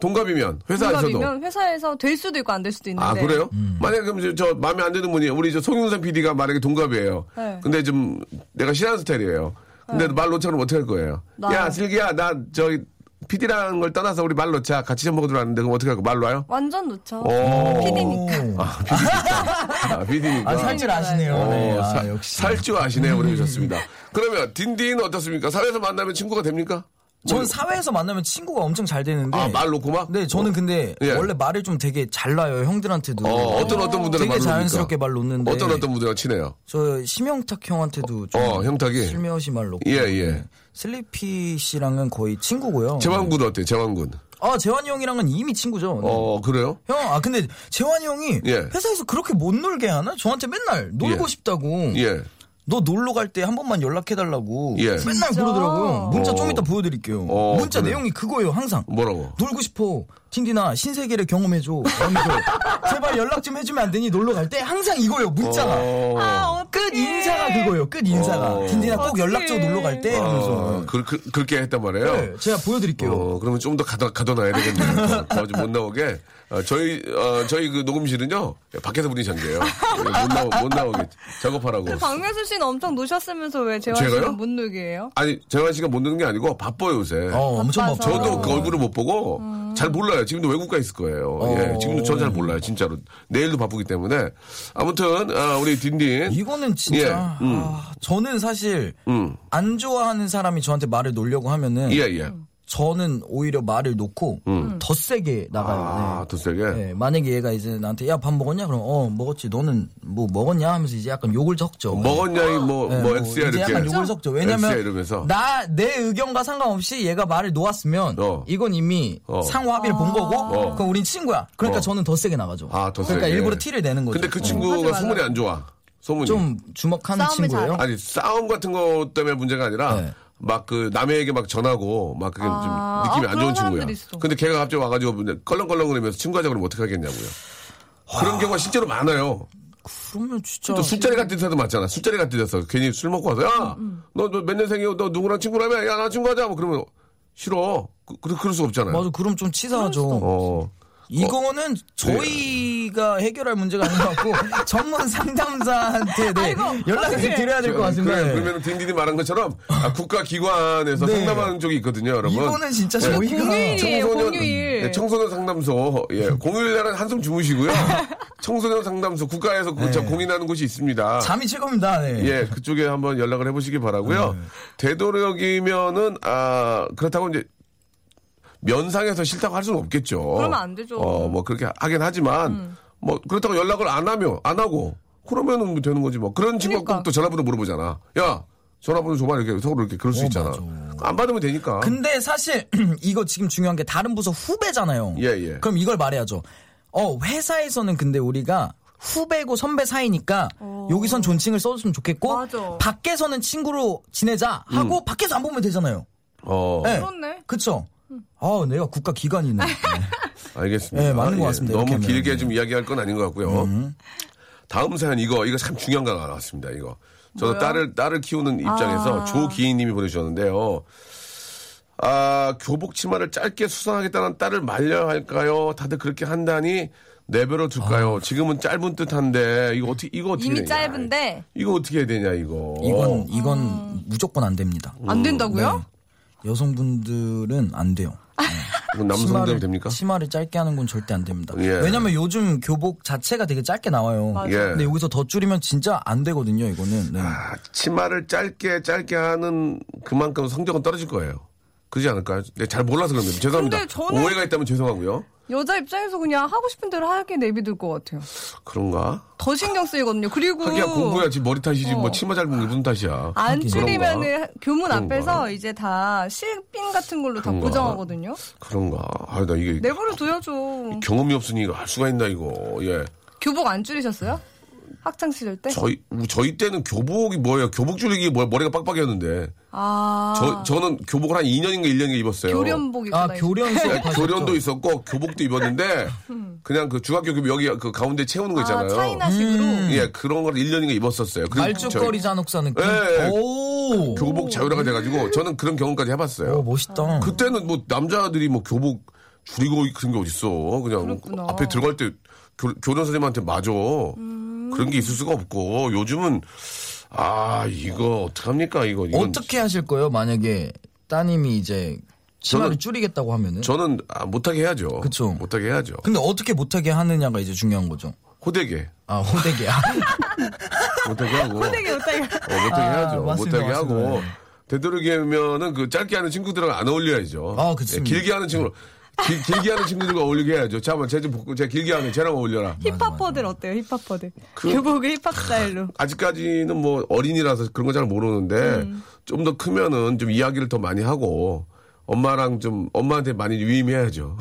A: 동갑이면, 회사 안에서도.
F: 동갑이면 회사에서 될 수도 있고 안 될 수도 있는데.
A: 아 그래요?
E: 음.
A: 만약에 그럼 저, 저 마음에 안 드는 분이 우리 저 송윤선 PD가 만약에 동갑이에요.
F: 네.
A: 근데 좀 내가 싫어하는 스타일이에요. 근데 말 놓자면 어떻게 할 거예요?
F: 나-
A: 야 슬기야 나 저기 PD라는 걸 떠나서 우리 말 놓자 같이 좀 먹으러 왔는데 그럼 어떻게 할까? 말 놔요?
F: 완전 놓쳐.
A: 오.
F: PD니까.
A: 아 PD니까. 아 PD니까.
E: 아, 살줄 아시네요 네, 아, 역시
A: 어, 살줄 아시네요. 우리 오셨습니다. 그러면 딘딘 어떻습니까? 사회에서 만나면 친구가 됩니까?
E: 저는 사회에서 만나면 친구가 엄청 잘 되는데
A: 아 말 놓고만?
E: 네, 저는 근데
A: 예.
E: 원래 말을 좀 되게 잘 놔요 형들한테도.
A: 어, 어떤 어떤 분들은
E: 되게
A: 말
E: 자연스럽게
A: 놓습니까?
E: 말 놓는데.
A: 어떤 어떤 분들과 친해요?
E: 저 심형탁 형한테도 좀
A: 어, 형탁이?
E: 슬며시 말 놓고.
A: 예, 예.
E: 슬리피 씨랑은 거의 친구고요.
A: 재환군 어때요? 재환군.
E: 아 재환이 형이랑은 이미 친구죠. 네.
A: 어 그래요?
E: 형, 아 근데 재환이 형이
A: 예.
E: 회사에서 그렇게 못 놀게 하나? 저한테 맨날 놀고
A: 예.
E: 싶다고.
A: 예.
E: 너 놀러 갈 때 한 번만 연락해달라고
A: 예.
E: 맨날
F: 진짜?
E: 그러더라고요. 문자
A: 어.
E: 좀 이따 보여드릴게요.
A: 어,
E: 문자
A: 그래.
E: 내용이 그거예요, 항상.
A: 뭐라고?
E: 놀고 싶어. 틴디나 신세계를 경험해줘. 연결. 제발 연락 좀 해주면 안 되니 놀러 갈 때 항상 이거예요, 문자가.
A: 어.
F: 아,
E: 끝 인사가 그거예요, 끝 인사가.
A: 어.
E: 틴디나 꼭 연락 줘 놀러 갈 때.
A: 어,
E: 이러면서.
A: 그, 그, 그렇게 했단 말이에요.
E: 네, 제가 보여드릴게요.
A: 어, 그러면 좀 더 가둬, 가둬놔야 되겠네요. 더못 나오게. 어, 저희, 어, 저희 그 녹음실은요, 밖에서 문이 잠겨요. 예, 못, 나오, 못 나오게. 작업하라고.
F: 그 박명수 씨는 엄청 노셨으면서 왜 재환
A: 제가요?
F: 씨는 못 놀게 해요?
A: 아니, 재환 씨가 못 듣는 게 아니고 바빠요, 요새.
E: 어, 엄청 바빠.
F: 바빠서.
A: 저도 그 얼굴을 못 보고 잘 몰라요. 지금도 외국 가 있을 거예요.
E: 어.
A: 예, 지금도 저 잘 몰라요, 진짜로. 내일도 바쁘기 때문에. 아무튼, 아, 우리 딘딘.
E: 이거는 진짜
A: 예, 음.
E: 아, 저는 사실
A: 음.
E: 안 좋아하는 사람이 저한테 말을 놓으려고 하면은
A: 예, 음. 예.
E: 저는 오히려 말을 놓고 더 세게 나가요.
A: 아,
E: 네.
A: 더 세게?
E: 네, 만약에 얘가 이제 나한테 야 밥 먹었냐? 그럼 어 먹었지. 너는 뭐 먹었냐? 하면서 이제 약간 욕을 적죠.
A: 먹었냐, 뭐,
E: 네,
A: 뭐, 엑스야,
E: 이제
A: 이렇게.
E: 약간 욕을 섞죠.
A: X야
E: 왜냐면
A: 이러면서.
E: 나 내 의견과 상관없이 얘가 말을 놓았으면
A: 어.
E: 이건 이미
A: 어.
E: 상호합의를 본 거고
A: 어.
E: 그럼 우린 친구야. 그러니까
A: 어.
E: 저는 더 세게 나가죠.
A: 아, 더
E: 그러니까
A: 세게.
E: 일부러 티를 내는 거죠.
A: 근데 그
E: 어.
A: 친구가
F: 하지
A: 소문이 안 좋아. 소문이.
E: 좀 주먹하는
F: 싸움을
E: 친구예요.
F: 잘해.
A: 아니, 싸움 같은 거 때문에 문제가 아니라,
E: 네.
A: 막 그 남에게 막 전하고, 막 그게
F: 아,
A: 좀 느낌이
F: 아,
A: 안 좋은
F: 그런 사람들
A: 친구야.
F: 있어.
A: 근데 걔가 갑자기 와가지고 그냥 껄렁껄렁 그러면서 친구하자 그러면 어떻게 하겠냐고요. 그런 경우가 실제로 많아요.
E: 그러면 진짜
A: 또 술자리 같은 데서 많잖아. 술자리 같은 데서 괜히 술 먹고 와서 야,
F: 음,
A: 너 몇 년생이야? 너 누구랑 친구라며? 야, 나 친구하자. 뭐 그러면 싫어. 그, 그, 그럴 수가 없잖아요.
E: 맞아. 그럼 좀 치사하죠.
A: 어.
E: 이거는 저희가
A: 네.
E: 해결할 문제가 아닌 것 같고 전문 상담사한테 네, 연락을 드려야 될 것 같습니다.
A: 그래, 그러면 딩디디 말한 것처럼 아, 국가기관에서
E: 네.
A: 상담하는 쪽이 있거든요, 여러분.
E: 이거는 진짜
A: 네.
E: 저희가
F: 공휴일이에요, 공휴일.
A: 네, 청소년 상담소. 예, 공휴일 날은 한숨 주무시고요. 청소년 상담소 국가에서 그- 저 공인하는 곳이 있습니다.
E: 네. 잠이 칠 겁니다. 네.
A: 예, 그쪽에 한번 연락을 해보시기 바라고요. 되도록이면은 아 그렇다고 이제 면상에서 싫다고 할 수는 없겠죠.
F: 그러면 안 되죠. 음.
A: 어, 뭐 그렇게 하긴 하지만 뭐 그렇다고 연락을 안 하면 안 하고 그러면은 뭐 되는 거지 뭐 그런 친구가
F: 그러니까.
A: 꼭 또 전화번호 물어보잖아. 야, 전화번호 줘봐 이렇게 서로 이렇게 그럴 수
E: 어,
A: 있잖아. 안 받으면 되니까.
E: 근데 사실 이거 지금 중요한 게 다른 부서 후배잖아요.
A: 예, 예.
E: 그럼 이걸 말해야죠. 어 회사에서는 근데 우리가 후배고 선배 사이니까 여기선 존칭을 써줬으면 좋겠고
F: 어. 맞아.
E: 밖에서는 친구로 지내자
A: 음.
E: 하고 밖에서 안 보면 되잖아요.
A: 어,
E: 네.
F: 그렇네. 음.
E: 그쵸? 어 내가 국가 기관이네. 네.
A: 알겠습니다. 아, 예.
E: 네, 맞는 음. 것 같습니다.
A: 너무
E: 이렇게 하면.
A: 길게 좀 이야기할 건 아닌 것 같고요. 다음 사연 이거 이거 참 중요한 거 나왔습니다. 이거 저도 딸을 딸을 키우는
E: 아.
A: 입장에서 조기희님이 보내주셨는데요. 아 교복 치마를 짧게 수선하겠다는 딸을 말려야 할까요? 다들 그렇게 한다니 내버려 둘까요?
E: 아.
A: 지금은 짧은 듯한데 이거 어떻게 이거 어떻게
F: 이미
A: 되냐.
F: 짧은데
A: 이거 어떻게 해야 되냐 이거.
E: 이건 이건
F: 아.
E: 무조건 안 됩니다.
A: 음,
F: 안 된다고요?
E: 네. 여성분들은 안 돼요.
A: 이건 남성대로 됩니까?
E: 치마를 짧게 하는 건 절대 안 됩니다.
A: 예.
E: 왜냐면 요즘 교복 자체가 되게 짧게 나와요.
A: 예.
E: 근데 여기서 더 줄이면 진짜 안 되거든요, 이거는. 네.
A: 아, 치마를 짧게 짧게 하는 그만큼 성적은 떨어질 거예요. 그러지 않을까요? 네, 잘 몰라서 그런데 죄송합니다.
F: 근데 저는-
A: 오해가 있다면 죄송하고요.
F: 여자 입장에서 그냥 하고 싶은 대로 하게 내비둘 것 같아요.
A: 그런가?
F: 더 신경 쓰이거든요. 그리고
A: 하기야 공부야 지금 머리 탓이지
F: 어.
A: 뭐 치마 짧은 게 무슨 탓이야?
F: 안
A: 그런가?
F: 줄이면은 교문
A: 그런가?
F: 앞에서 이제 다 실핀 같은 걸로 다
A: 그런가?
F: 고정하거든요.
A: 그런가? 아, 나 이게
F: 내버려 둬야죠.
A: 경험이 없으니 이거 알 수가 있나 이거? 예,
F: 교복 안 줄이셨어요? 학창 시절 때?
A: 저희 저희 때는 교복이 뭐예요? 교복 줄이기 뭐 머리가 빡빡이었는데
F: 아,
A: 저 저는 교복을 한 2년인가 1년인가 입었어요.
F: 교련복 뭐 입고
E: 아,
F: 다니죠. 음.
E: 교련 수업
A: 네,
E: 하셨죠?
A: 교련도 있었고 교복도 입었는데 그냥 그 중학교 교복 여기 그 가운데 채우는 거
F: 아,
A: 있잖아요.
F: 차이나식으로.
E: 음.
A: 예, 그런 걸 1년인가 입었었어요. 그리고
E: 말죽거리 잔혹사 느낌.
A: 예, 예.
E: 오,
A: 저 교복 자유화가 돼가지고 저는 그런 경험까지
E: 오,
A: 해봤어요.
E: 멋있다.
A: 그때는 뭐 남자들이 뭐 교복 줄이고 그런 게 어딨어. 그냥
F: 그렇구나.
A: 앞에 들어갈 때 교, 교련 선생님한테 맞아.
E: 음.
A: 그런 게 있을 수가 없고 요즘은 아 이거 어떡합니까 이거 이건
E: 어떻게 하실 거예요, 만약에 따님이 이제 치마를
A: 저는-
E: 줄이겠다고 하면은?
A: 저는 아, 못하게 해야죠.
E: 그쵸.
A: 못하게 해야죠.
E: 근데 어떻게 못하게 하느냐가 이제 중요한 거죠.
A: 호되게
E: 아, 호되게야.
A: 못하게 하고
F: 되게 못하게.
A: 어, 못하게
E: 아,
A: 해야죠.
E: 맞습니다,
A: 못하게
E: 맞습니다. 네.
A: 하고. 되도록이면은 그 짧게 하는 친구들은 안 어울려야죠.
E: 아, 그렇습니다.
A: 예, 길게 하는 친구, 길, 길게 하는 친구들과 어울리게 해야죠. 잠깐만, 쟤 좀, 볼게. 쟤 길게 하면 쟤랑 어울려라.
F: 힙합퍼들 어때요? 힙합퍼들.
A: 그
F: 교복을 힙합 스타일로.
A: 아직까지는 뭐 어린이라서 그런 거 잘 모르는데
E: 음.
A: 좀 더 크면은 좀 이야기를 더 많이 하고 엄마랑 좀 엄마한테 많이 유임해야죠.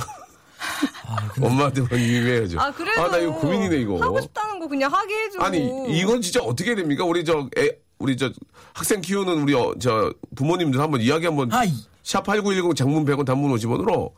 E: 아,
A: 엄마한테 많이 유임해야죠.
F: 아, 그래도
A: 나 이거 고민이네 이거.
F: 하고 싶다는 거 그냥 하게 해주고.
A: 아니 이건 진짜 어떻게 됩니까? 우리 저 애, 우리 저 학생 키우는 우리 어, 저 부모님들 한번 이야기 한번
E: 아이.
A: 샵8910 장문 100원 단문 50원으로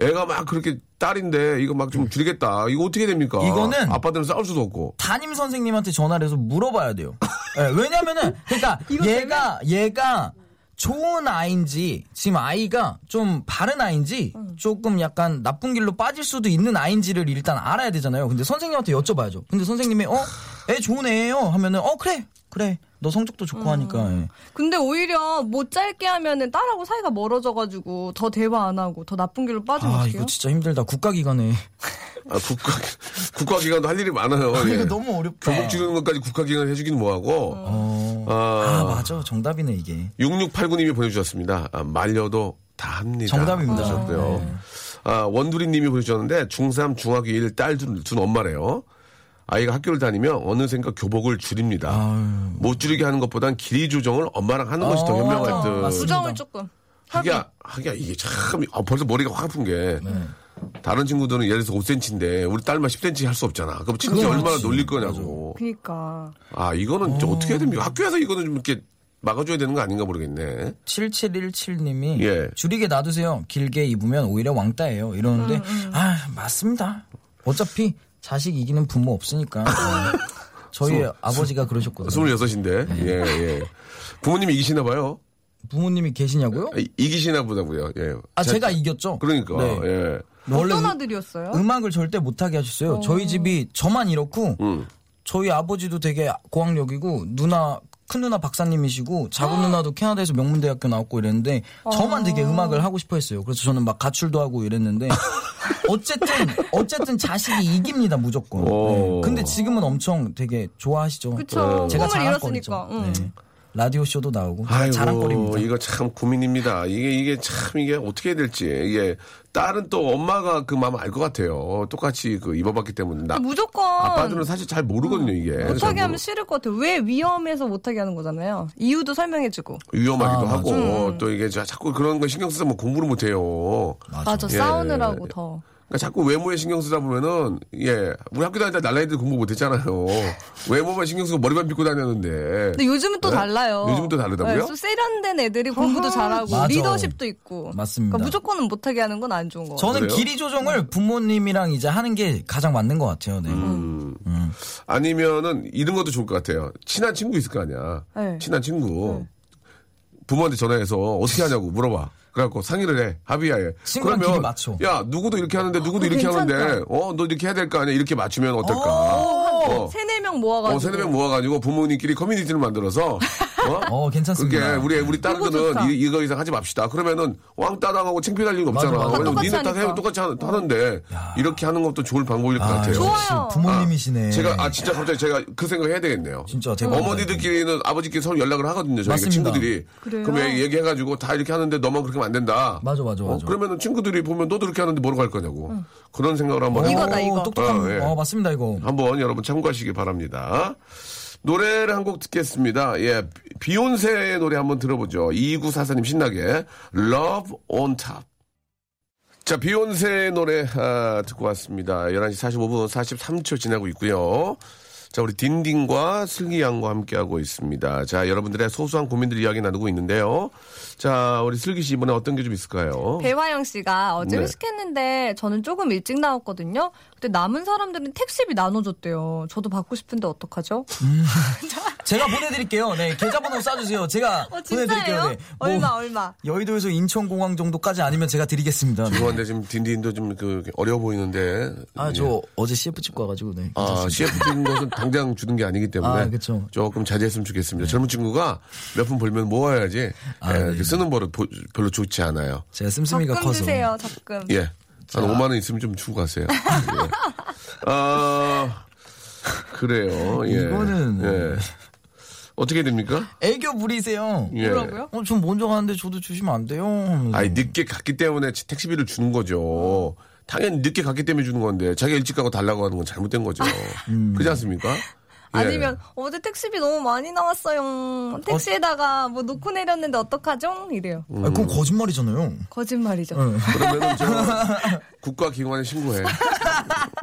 A: 애가 막 그렇게 딸인데 이거 막 좀 줄이겠다. 이거 어떻게 됩니까?
E: 음. 이거는
A: 아빠들은 싸울 수도 없고.
E: 담임 선생님한테 전화를 해서 물어봐야 돼요. 예, 왜냐면은 그러니까 얘가 얘가 좋은 아이인지 지금 아이가 좀 바른 아이인지 조금 약간 나쁜 길로 빠질 수도 있는 아이인지를 일단 알아야 되잖아요. 근데 선생님한테 여쭤봐야죠. 근데 선생님이 어 애 좋은 애예요 하면은 어 그래 그래 너 성적도 좋고 하니까 예.
F: 근데 오히려 못 짧게 하면은 딸하고 사이가 멀어져가지고 더 대화 안 하고 더 나쁜 길로 빠지면
E: 아
F: 어떡해요?
E: 이거 진짜 힘들다 국가기관에
A: 아, 국가 국가기관도 할 일이 많아요. 예.
E: 이거 너무 어렵다.
A: 교복 주는 것까지 국가기관 해주긴 뭐하고.
E: 어,
A: 아,
E: 아 맞아 정답이네 이게
A: 6689님이 보내주셨습니다. 아, 말려도 다 합니다.
E: 정답입니다. 네.
A: 그러셨고요. 아, 원두리 님이 보내주셨는데 중3, 중학교 1 딸 둔 엄마래요. 아이가 학교를 다니며 어느샌가 교복을 줄입니다. 못 줄이게 하는 것보단 길이 조정을 엄마랑 하는 것이 더
E: 어,
A: 현명할 듯.
E: 맞아.
F: 부정을 조금.
A: 하기야, 하기야, 이게 참, 아, 벌써 머리가 확 아픈 게.
E: 네.
A: 다른 친구들은 예를 들어서 5cm인데, 우리 딸만 10cm 할 수 없잖아. 그럼 친구들이
E: 그건
A: 얼마나
E: 그렇지.
A: 놀릴 거냐고.
F: 그니까.
A: 아, 이거는 좀 어떻게 해야 됩니까? 학교에서 이거는 좀 이렇게 막아줘야 되는 거 아닌가 모르겠네.
E: 7717님이
A: 예.
E: 줄이게 놔두세요. 길게 입으면 오히려 왕따예요. 이러는데 아 맞습니다. 어차피 자식 이기는 부모 없으니까 저희 아버지가 그러셨거든요.
A: 26인데,
E: 음.
A: 예, 예. 부모님이 이기시나 봐요.
E: 부모님이 계시냐고요?
A: 아, 이- 이기시나 보다고요, 예.
E: 아
A: 자-
E: 제가 이겼죠.
A: 그러니까,
E: 네.
A: 예.
E: 원래
F: 어떤
E: 음-
F: 아들이었어요?
E: 음악을 절대 못하게 하셨어요. 저희 집이 저만 이렇고
A: 음.
E: 저희 아버지도 되게 고학력이고 누나 큰 누나 박사님이시고 작은 누나도 캐나다에서 명문대학교 나왔고 이랬는데
F: 어.
E: 저만 되게 음악을 하고 싶어했어요. 그래서 저는 막 가출도 하고 이랬는데 어쨌든 어쨌든 자식이 이깁니다 무조건.
A: 오.
E: 네. 근데 지금은 엄청 되게 좋아하시죠.
F: 그쵸.
E: 제가
F: 꿈을
E: 자랑거리죠.
F: 잃었으니까. 응.
E: 네. 라디오 쇼도 나오고
A: 네. 아이고,
E: 자랑거리입니다.
A: 이거 참 고민입니다. 이게, 이게 참, 이게 어떻게 해야 될지. 이게, 딸은 또 엄마가 그 마음 알 것 같아요. 똑같이 그 입어봤기 때문에. 나,
F: 무조건
A: 아빠들은 사실 잘 모르거든요, 이게. 잘
F: 뭐, 음, 못하게
A: 모르-
F: 하면 싫을 것 같아요. 왜 위험해서 못하게 하는 거잖아요. 이유도 설명해주고.
A: 위험하기도
E: 아,
A: 하고, 또 이게 자- 자꾸 그런 거 신경 쓰다 보면 공부를 못해요.
F: 맞아,
A: 예.
F: 싸우느라고 더.
A: 그러니까 자꾸 외모에 신경 쓰다 보면은, 예, 우리 학교 다닐 때 날라이들 공부 못했잖아요. 외모만 신경 쓰고 머리만 빗고 다녔는데.
F: 근데 요즘은 또
A: 네?
F: 달라요. 네,
A: 요즘은 또 다르다고요?
F: 좀 세련된 애들이 공부도 잘하고
E: 맞아.
F: 리더십도 있고.
E: 맞습니다.
F: 그러니까 무조건은 못하게 하는 건 안 좋은 거 같아요.
E: 저는
A: 그래요?
E: 길이 조정을 부모님이랑 이제 하는 게 가장 맞는 것 같아요. 네.
A: 음. 아니면은 이런 것도 좋을 것 같아요. 친한 친구 있을 거 아니야.
F: 네.
A: 친한 친구 부모한테 전화해서 어떻게 하냐고 물어봐. 그래갖고 상의를 해 합의하에.
E: 친구랑 길이 맞춰.
A: 야 누구도 이렇게 하는데
F: 어,
A: 누구도 이렇게 하는데 어 너 이렇게 해야 될 거 아니야 이렇게 맞추면 어떨까. 어.
F: 세네 명 모아가지고.
A: 어, 세네 명 모아가지고 부모님끼리 커뮤니티를 만들어서 어,
E: 어, 괜찮습니다.
A: 그게 우리 우리
F: 그거 좋다.
A: 딸들은 이, 거 이상 하지 맙시다. 그러면은 왕따 당하고 창피할 이유 없잖아.
E: 맞아. 다
A: 왜냐면
F: 똑같이
A: 니네 다
F: 하니까.
A: 해 똑같이 하, 는데 이렇게 하는 것도 좋을 방법일 것 같아요.
F: 좋아.
E: 역시
F: 좋아요.
E: 부모님이시네.
A: 제가 아 진짜 갑자기 제가 그 생각 해야 되겠네요.
E: 진짜 대박이다,
A: 어머니들끼리는 아버지끼리 서로 연락을 하거든요. 저희
E: 맞습니다.
A: 친구들이.
F: 그래요?
A: 럼 얘기해가지고 다 이렇게 하는데 너만 그렇게 하면 안 된다. 어,
E: 맞아, 맞아, 맞아.
A: 그러면은 친구들이 보면 너도 이렇게 하는데 뭐로 갈 거냐고. 그런 생각을 한번
E: 오,
A: 해보-
F: 이거다, 이거.
E: 어, 똑똑한
A: 아, 예.
E: 어, 맞습니다 이거.
A: 한번 여러분 참고하시기 바랍니다. 노래를 한 곡 듣겠습니다. 예, 비욘세의 노래 한번 들어보죠. 2944님 신나게 Love on Top. 자, 비욘세의 노래 아, 듣고 왔습니다. 11시 45분 43초 지나고 있고요. 자, 우리 딘딘과 슬기 양과 함께하고 있습니다. 자, 여러분들의 소소한 고민들 이야기 나누고 있는데요. 자, 우리 슬기 씨 이번에 어떤 게 좀 있을까요?
F: 배화영 씨가 어제
A: 네.
F: 회식했는데 저는 조금 일찍 나왔거든요. 근데 남은 사람들은 택시비 나눠줬대요. 저도 받고 싶은데 어떡하죠?
E: 제가 보내드릴게요. 네 계좌번호 쏴주세요. 제가
F: 어, 진짜예요?
E: 보내드릴게요. 네. 뭐,
F: 얼마, 얼마?
E: 여의도에서 인천공항 정도까지 아니면 제가 드리겠습니다. 네.
A: 죄송한데 지금 딘딘도 좀 그 어려 보이는데
E: 아저 어제 CF 찍고 와가지고 네.
A: 예. 아, CF 찍은 것은 당장 주는 게 아니기 때문에
E: 아, 그쵸. 네.
A: 조금 자제했으면 좋겠습니다. 젊은 친구가 몇 푼 벌면 모아야지
E: 아,
A: 예,
E: 네,
A: 그
E: 네.
A: 쓰는 버릇 보- 별로 좋지 않아요.
E: 제가 씀씀이가
F: 적금
E: 커서.
F: 주세요, 적금.
A: 예. 한 5만 원 있으면 좀 주고 가세요. 예. 아, 그래요. 예.
E: 이거는-
A: 예. 어떻게 됩니까?
E: 애교 부리세요.
A: 예.
F: 뭐라고요?
E: 어, 전 먼저 가는데 저도 주시면 안 돼요. 하면서.
A: 아니, 네. 늦게 갔기 때문에 지- 택시비를 주는 거죠. 당연히 늦게 갔기 때문에 주는 건데, 자기가 일찍 가고 달라고 하는 건 잘못된 거죠.
E: 음.
A: 그렇지 않습니까? 예.
F: 아니면 어제 택시비 너무 많이 나왔어요. 택시에다가 뭐 놓고 내렸는데 어떡하죠? 이래요.
E: 아니, 그건 거짓말이잖아요.
F: 거짓말이죠.
A: 그러면은 저 국가기관에 신고해.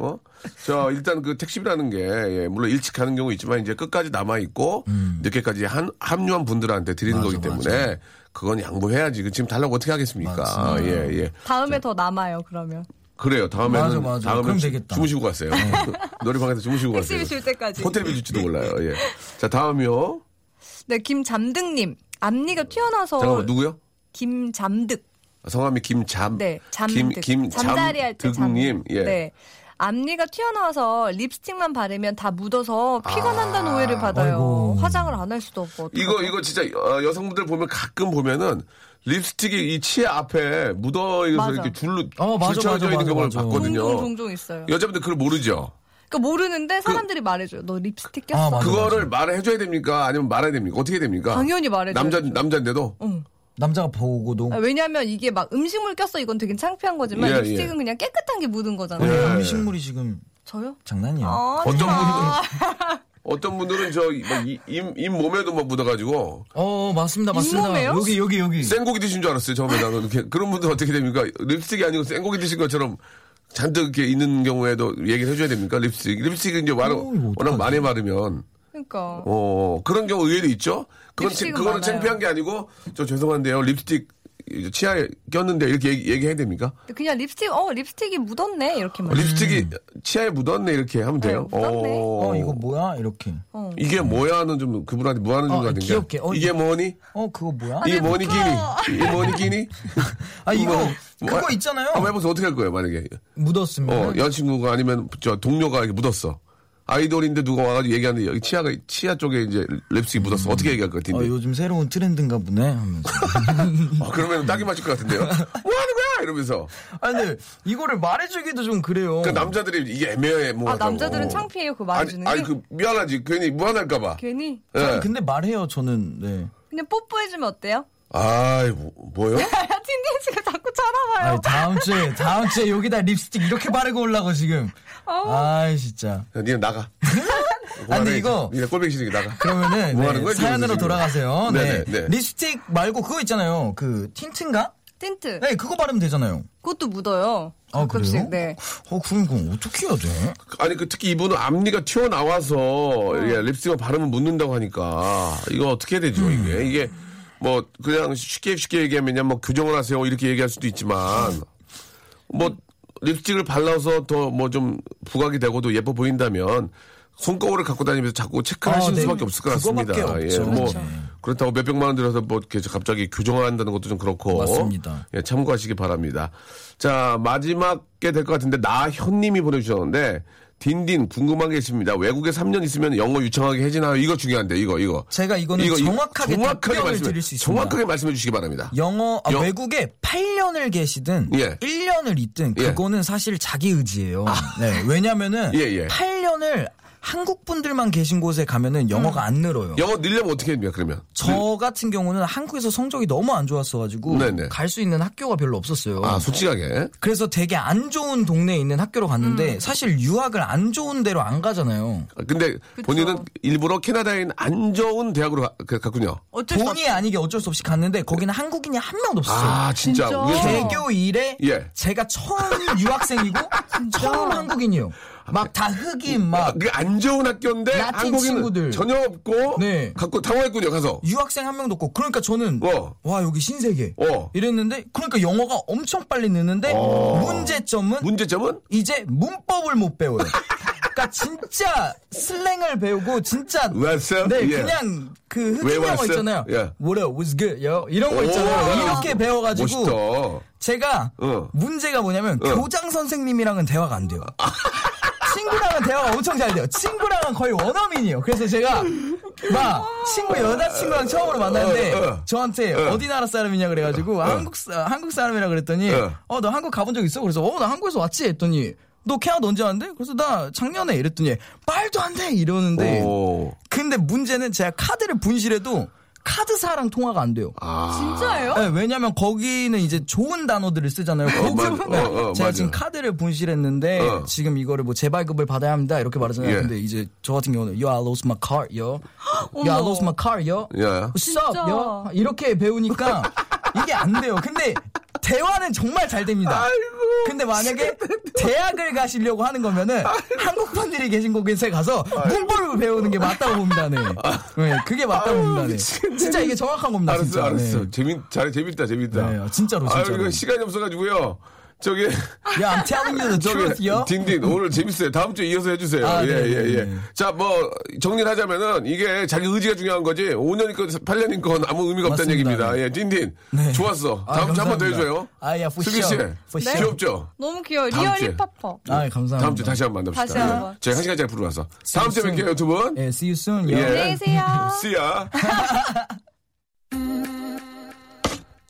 A: 어? 저 일단 그 택시비라는 게 예, 물론 일찍 가는 경우 있지만 이제 끝까지 남아 있고
E: 음.
A: 늦게까지 한 합류한 분들한테 드리는 거기 때문에 그건 양보해야지. 그 지금 달라고 어떻게 하겠습니까? 예예.
F: 다음에 더 남아요, 그러면.
A: 그래요. 다음에는
E: 맞아, 맞아.
A: 다음에
E: 그럼 되겠다. 네.
A: 주무시고 가세요. 노래방에서 주무시고 가세요.
F: 택시비 줄 때까지.
A: 호텔비 줄지도 몰라요. 예. 자 다음이요.
F: 네, 김잠득님. 앞니가 튀어나와서.
A: 잠깐만 누구요?
F: 김잠득.
A: 성함이 김잠.
F: 네,
A: 김,
F: 잠득.
A: 김
F: 잠자리 할 때 잠.
A: 잠득님. 예.
F: 네. 앞니가 튀어나와서 립스틱만 바르면 다 묻어서 피가 난다는 오해를 받아요. 화장을 안 할 수도 없고. 어떡하죠?
A: 아. 이거 이거 진짜 여- 여성분들 보면 가끔 보면은 립스틱이 이 치아 앞에 묻어 있어서
F: 맞아.
A: 이렇게 줄로
E: 어, 맞아,
A: 줄쳐져
E: 맞아,
A: 있는
E: 맞아,
A: 경우를
E: 맞아.
A: 봤거든요.
F: 종종 종종 있어요.
A: 여자분들 그걸 모르죠.
F: 그러니까 모르는데
A: 그
F: 사람들이 말해줘요. 너 립스틱 꼈어.
E: 맞아.
A: 그거를 말을 해줘야 됩니까? 아니면 말아야 됩니까? 어떻게 됩니까?
F: 당연히 말해줘야죠.
A: 남자 남자인데도.
E: 남자가 보고도
F: 아, 왜냐하면 이게 막 음식물 꼈어 이건 되게 창피한 거지만
A: 예,
F: 립스틱은
A: 예.
F: 그냥 깨끗한 게 묻은 거잖아요.
E: 원래 음식물이 그 지금
F: 저요?
E: 장난이야.
F: 아,
A: 어떤
F: 아,
A: 어떤 분들은 저입입 몸에도 막 묻어가지고
E: 어 맞습니다 맞습니다.
F: 잇몸에요?
E: 여기 여기 여기.
A: 생고기 드신 줄 알았어요 처음에 나는 이렇게 그런 분들 어떻게 됩니까? 립스틱이 아니고 생고기 드신 것처럼 잔뜩 이렇게 있는 경우에도 얘기를 해줘야 됩니까? 립스틱 립스틱은 이제 말,
E: 어, 이거
A: 워낙 많이 마르면
F: 그러니까
A: 어 그런 경우 의외로 있죠. 그건
F: 립스틱은
A: 그거는
F: 많아요.
A: 창피한 게 아니고 저 죄송한데요 립스틱 이제 치아에 꼈는데 이렇게 얘기, 해야 됩니까?
F: 그냥 립스틱 어 립스틱이 묻었네
E: 음.
F: 이렇게만.
A: 어, 립스틱이 치아에 묻었네 이렇게 하면 돼요.
F: 네, 묻었네.
A: 어,
E: 어 이거 뭐야 이렇게.
F: 어.
A: 이게 뭐야는 좀 그분한테 뭐하는 좀
E: 어,
A: 같은 게
E: 귀엽게. 어,
A: 이게
E: 이거-
A: 뭐니?
E: 어 그거 뭐야?
A: 이게
F: 아니, 네,
A: 뭐니 끼니?
F: 부끄러워.
A: 이게 뭐니 끼니?
E: 아 이거
A: 뭐, 뭐,
E: 그거 있잖아요. 음.
A: 한번 해보세요. 어떻게 할 거예요 만약에
E: 묻었습니다.
A: 어, 여자친구가 아니면 저 동료가 이렇게 묻었어. 아이돌인데 누가 와가지고 얘기하는데 여기 치아가 치아 쪽에 이제 립스틱이 묻었어. 어떻게 얘기할 것
E: 어,
A: 같은데?
E: 요즘 새로운 트렌드인가 보네. 하면서.
A: 아, 그러면 딱이 맞을 것 같은데요. 뭐 하는 거야 이러면서.
E: 아니 근데 이거를 말해주기도 좀 그래요.
A: 그러니까 남자들이 이게 애매해 뭐.
F: 아 남자들은 창피해요 그거 말해주는
A: 아니,
F: 게. 그
A: 아니 그 미안하지 괜히 무안할까봐.
F: 괜히
E: 아니, 근데 말해요 저는. 네.
F: 그냥 뽀뽀해주면 어때요?
A: 아이 뭐, 뭐요?
F: 틴틴씨가 자꾸 쳐다봐요.
E: 아니, 다음 주에 다음 주에 여기다 립스틱 이렇게 바르고 올라고 지금.
F: 어?
E: 아 진짜.
A: 야, 니네 나가.
E: 아니,
A: 그만해,
E: 이거-
A: 니네 꼴뱅이 시는 게 나가.
E: 그러면은
A: 뭐
E: 네,
A: 하는 거야, 지금
E: 사연으로
A: 지금?
E: 돌아가세요.
A: 네네,
E: 네.
A: 네.
E: 립스틱 말고 그거 있잖아요. 그 틴트인가?
F: 틴트
E: 네 그거 바르면 되잖아요.
F: 그것도 묻어요.
E: 아 그래요?
F: 가끔씩, 네.
E: 어 그럼 그럼 어떻게 해야 돼?
A: 아니 그 특히 이분은 앞니가 튀어 나와서 립스틱을 바르면 묻는다고 하니까 이거 어떻게 해야 되죠
E: 음.
A: 이게 이게 뭐 그냥 쉽게 쉽게 얘기하면 그냥 뭐 교정을 하세요 이렇게 얘기할 수도 있지만 뭐 립스틱을 발라서 더 뭐 좀 부각이 되고도 예뻐 보인다면 손거울을 갖고 다니면서 자꾸 체크를
E: 아,
A: 하시는
E: 네.
A: 수밖에 없을 것 같습니다.
E: 그거밖에 없죠.
A: 예, 뭐
E: 그렇죠.
A: 그렇다고 몇 백만 원 들여서 뭐 이렇게 갑자기 교정한다는 것도 좀 그렇고
E: 맞습니다.
A: 예, 참고하시기 바랍니다. 자, 마지막 게 될 것 같은데, 나현님이 보내주셨는데, 딘딘 궁금한 게 있습니다. 외국에 3년 있으면 영어 유창하게 해지나요? 이거 중요한데, 이거, 이거.
E: 제가 이거는 정확하게 답변을
A: 말씀해-
E: 드릴 수 있습니다.
A: 정확하게 말씀해 주시기 바랍니다.
E: 영어 아,
A: 영-
E: 외국에 8년을 계시든
A: 예.
E: 1년을 있든
A: 예. 아.
E: 그거는 사실 자기 의지예요. 네, 왜냐면은
A: 예, 예.
E: 8년을 한국 분들만 계신 곳에 가면은 영어가 안 늘어요.
A: 음. 영어 늘려면 어떻게 해야 그러면?
E: 저 같은 경우는 한국에서 성적이 너무 안 좋았어가지고
A: 네네.
E: 갈 수 있는 학교가 별로 없었어요.
A: 아, 솔직하게.
E: 그래서 되게 안 좋은 동네에 있는 학교로 갔는데
A: 음.
E: 사실 유학을 안 좋은 데로 안 가잖아요.
A: 아, 근데 본인은 일부러 캐나다에 있는 안 좋은 대학으로 가- 그- 갔군요.
F: 어쩔 수
E: 본의 아니게 어쩔 수 없이 갔는데 거기는 한국인이 한 명도 없었어요.
A: 아, 진짜.
F: 진짜.
A: 우연히-
E: 개교 이래
A: 예.
E: 제가 처음 유학생이고 처음 한국인이요. 막 다
A: 어,
E: 흑인 막
A: 그게 안 좋은 학교인데
E: 라틴
A: 한국인
E: 친구들.
A: 전혀 없고
E: 네.
A: 갖고 당황했군요 가서
E: 유학생 한 명도 없고 그러니까 저는
A: 어.
E: 와 여기 신세계
A: 어.
E: 이랬는데 그러니까 영어가 엄청 빨리 느는데 문제점은
A: 문제점은
E: 이제 문법을 못 배워요. 그러니까 진짜 슬랭을 배우고 진짜
A: 왔어?
E: 네
A: 예.
E: 그냥 그
A: 왜
E: 흑인 영어
A: 왔어?
E: 있잖아요.
A: 예.
E: What up? What's good? yo? 이런 거
A: 오,
E: 있잖아요.
A: 야.
E: 이렇게 배워가지고
A: 멋있다.
E: 제가
A: 어.
E: 문제가 뭐냐면 교장 선생님이랑은 대화가 안 돼요. 친구랑은 대화가 엄청 잘 돼요. 친구랑은 거의 원어민이에요. 그래서 제가 막 친구 여자친구랑 처음으로 만났는데
A: 어, 어.
E: 저한테 어. 디 나라 사람이냐 그래가지고 한국 사- 한국 사람이라 그랬더니
A: 어.
E: 어 너 한국 가본 적 있어? 그래서 어 나 한국에서 왔지 했더니 너 캐나다 언제 왔는데? 그래서 나 작년에 이랬더니 말도 안 돼 이러는데
A: 오.
E: 근데 문제는 제가 카드를 분실해도 카드사랑 통화가 안 돼요.
A: 아,
F: 진짜예요?
E: 네, 왜냐면 거기는 이제 좋은 단어들을 쓰잖아요. 거기만
A: 맞아. 어? 어, 어,
E: 제가
A: 맞아.
E: 지금 카드를 분실했는데
A: 어.
E: 지금 이거를 뭐 재발급을 받아야 합니다. 이렇게 말하잖아요.
A: 예.
E: 근데 이제 저 같은 경우는 yo I lost my car yo, yo I lost my car yo,
A: 야.
E: what's up yo 이렇게 배우니까 이게 안 돼요. 근데 대화는 정말 잘 됩니다. 근데 만약에 대학을 가시려고 하는 거면은 한국 분들이 계신 곳에 가서 문법을 배우는 게 맞다고 봅니다. 네,
A: 아.
E: 네, 그게 맞다고 봅니다. 네. 진짜 이게 정확한 겁니다.
A: 알았어,
E: 진짜.
A: 알았어.
E: 네.
A: 재밌, 잘, 재밌다, 재밌다.
E: 네, 진짜로,
A: 아유,
E: 진짜로. 아,
A: 이거 시간이 없어가지고요. 저기,
E: 야, I'm telling you the truth,
A: 저기,
E: yo.
A: 딘딘, 오늘 재밌어요. 다음 주에 이어서 해주세요.
E: 아,
A: 예,
E: 네,
A: 예,
E: 네,
A: 예.
E: 네.
A: 자, 뭐, 정리를 하자면은, 이게 자기 의지가 중요한 거지, 5년인 건, 8년인 건 아무 의미가 없다는
E: 맞습니다.
A: 얘기입니다. 예, 딘딘. 좋았어.
E: 아,
A: 다음 주에 한 번 더
E: 감사합니다.
A: 해줘요.
E: 아, 예, for
A: 수빈 씨.
E: sure. For
F: 네.
E: sure.
A: 귀엽죠?
F: 너무 귀여워.
A: 다음
F: 리얼
A: 주에.
F: 힙합퍼.
E: 아, 哎 감사합니다.
A: 다음 주에 다시 한 번 만납시다.
F: 다시 한 번.
A: 예. 저희 한 시간 잘 부르면서. 다음 주에
E: See you
A: 뵐게요, 두 분.
E: 예, see you soon, yo.
A: 예.
F: 안녕히 계세요.
A: 씨야.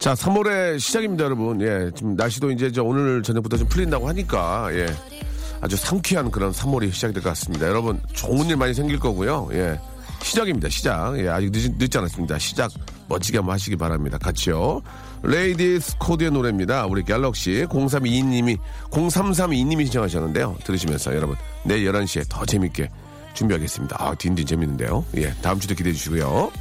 A: 자, 3월의 시작입니다, 여러분. 예, 지금 날씨도 이제 저 오늘 저녁부터 좀 풀린다고 하니까 예, 아주 상쾌한 그런 3월이 시작이 될 것 같습니다. 여러분, 좋은 일 많이 생길 거고요. 예, 시작입니다, 시작. 예, 아직 늦, 늦지 않았습니다. 시작 멋지게 한번 하시기 바랍니다. 같이요. 레이디스 코드의 노래입니다. 우리 갤럭시 0322님이 0332님이 신청하셨는데요. 들으시면서 여러분 내일 11시에 더 재밌게 준비하겠습니다. 아, 딘딘 재밌는데요. 예, 다음 주도 기대해 주시고요.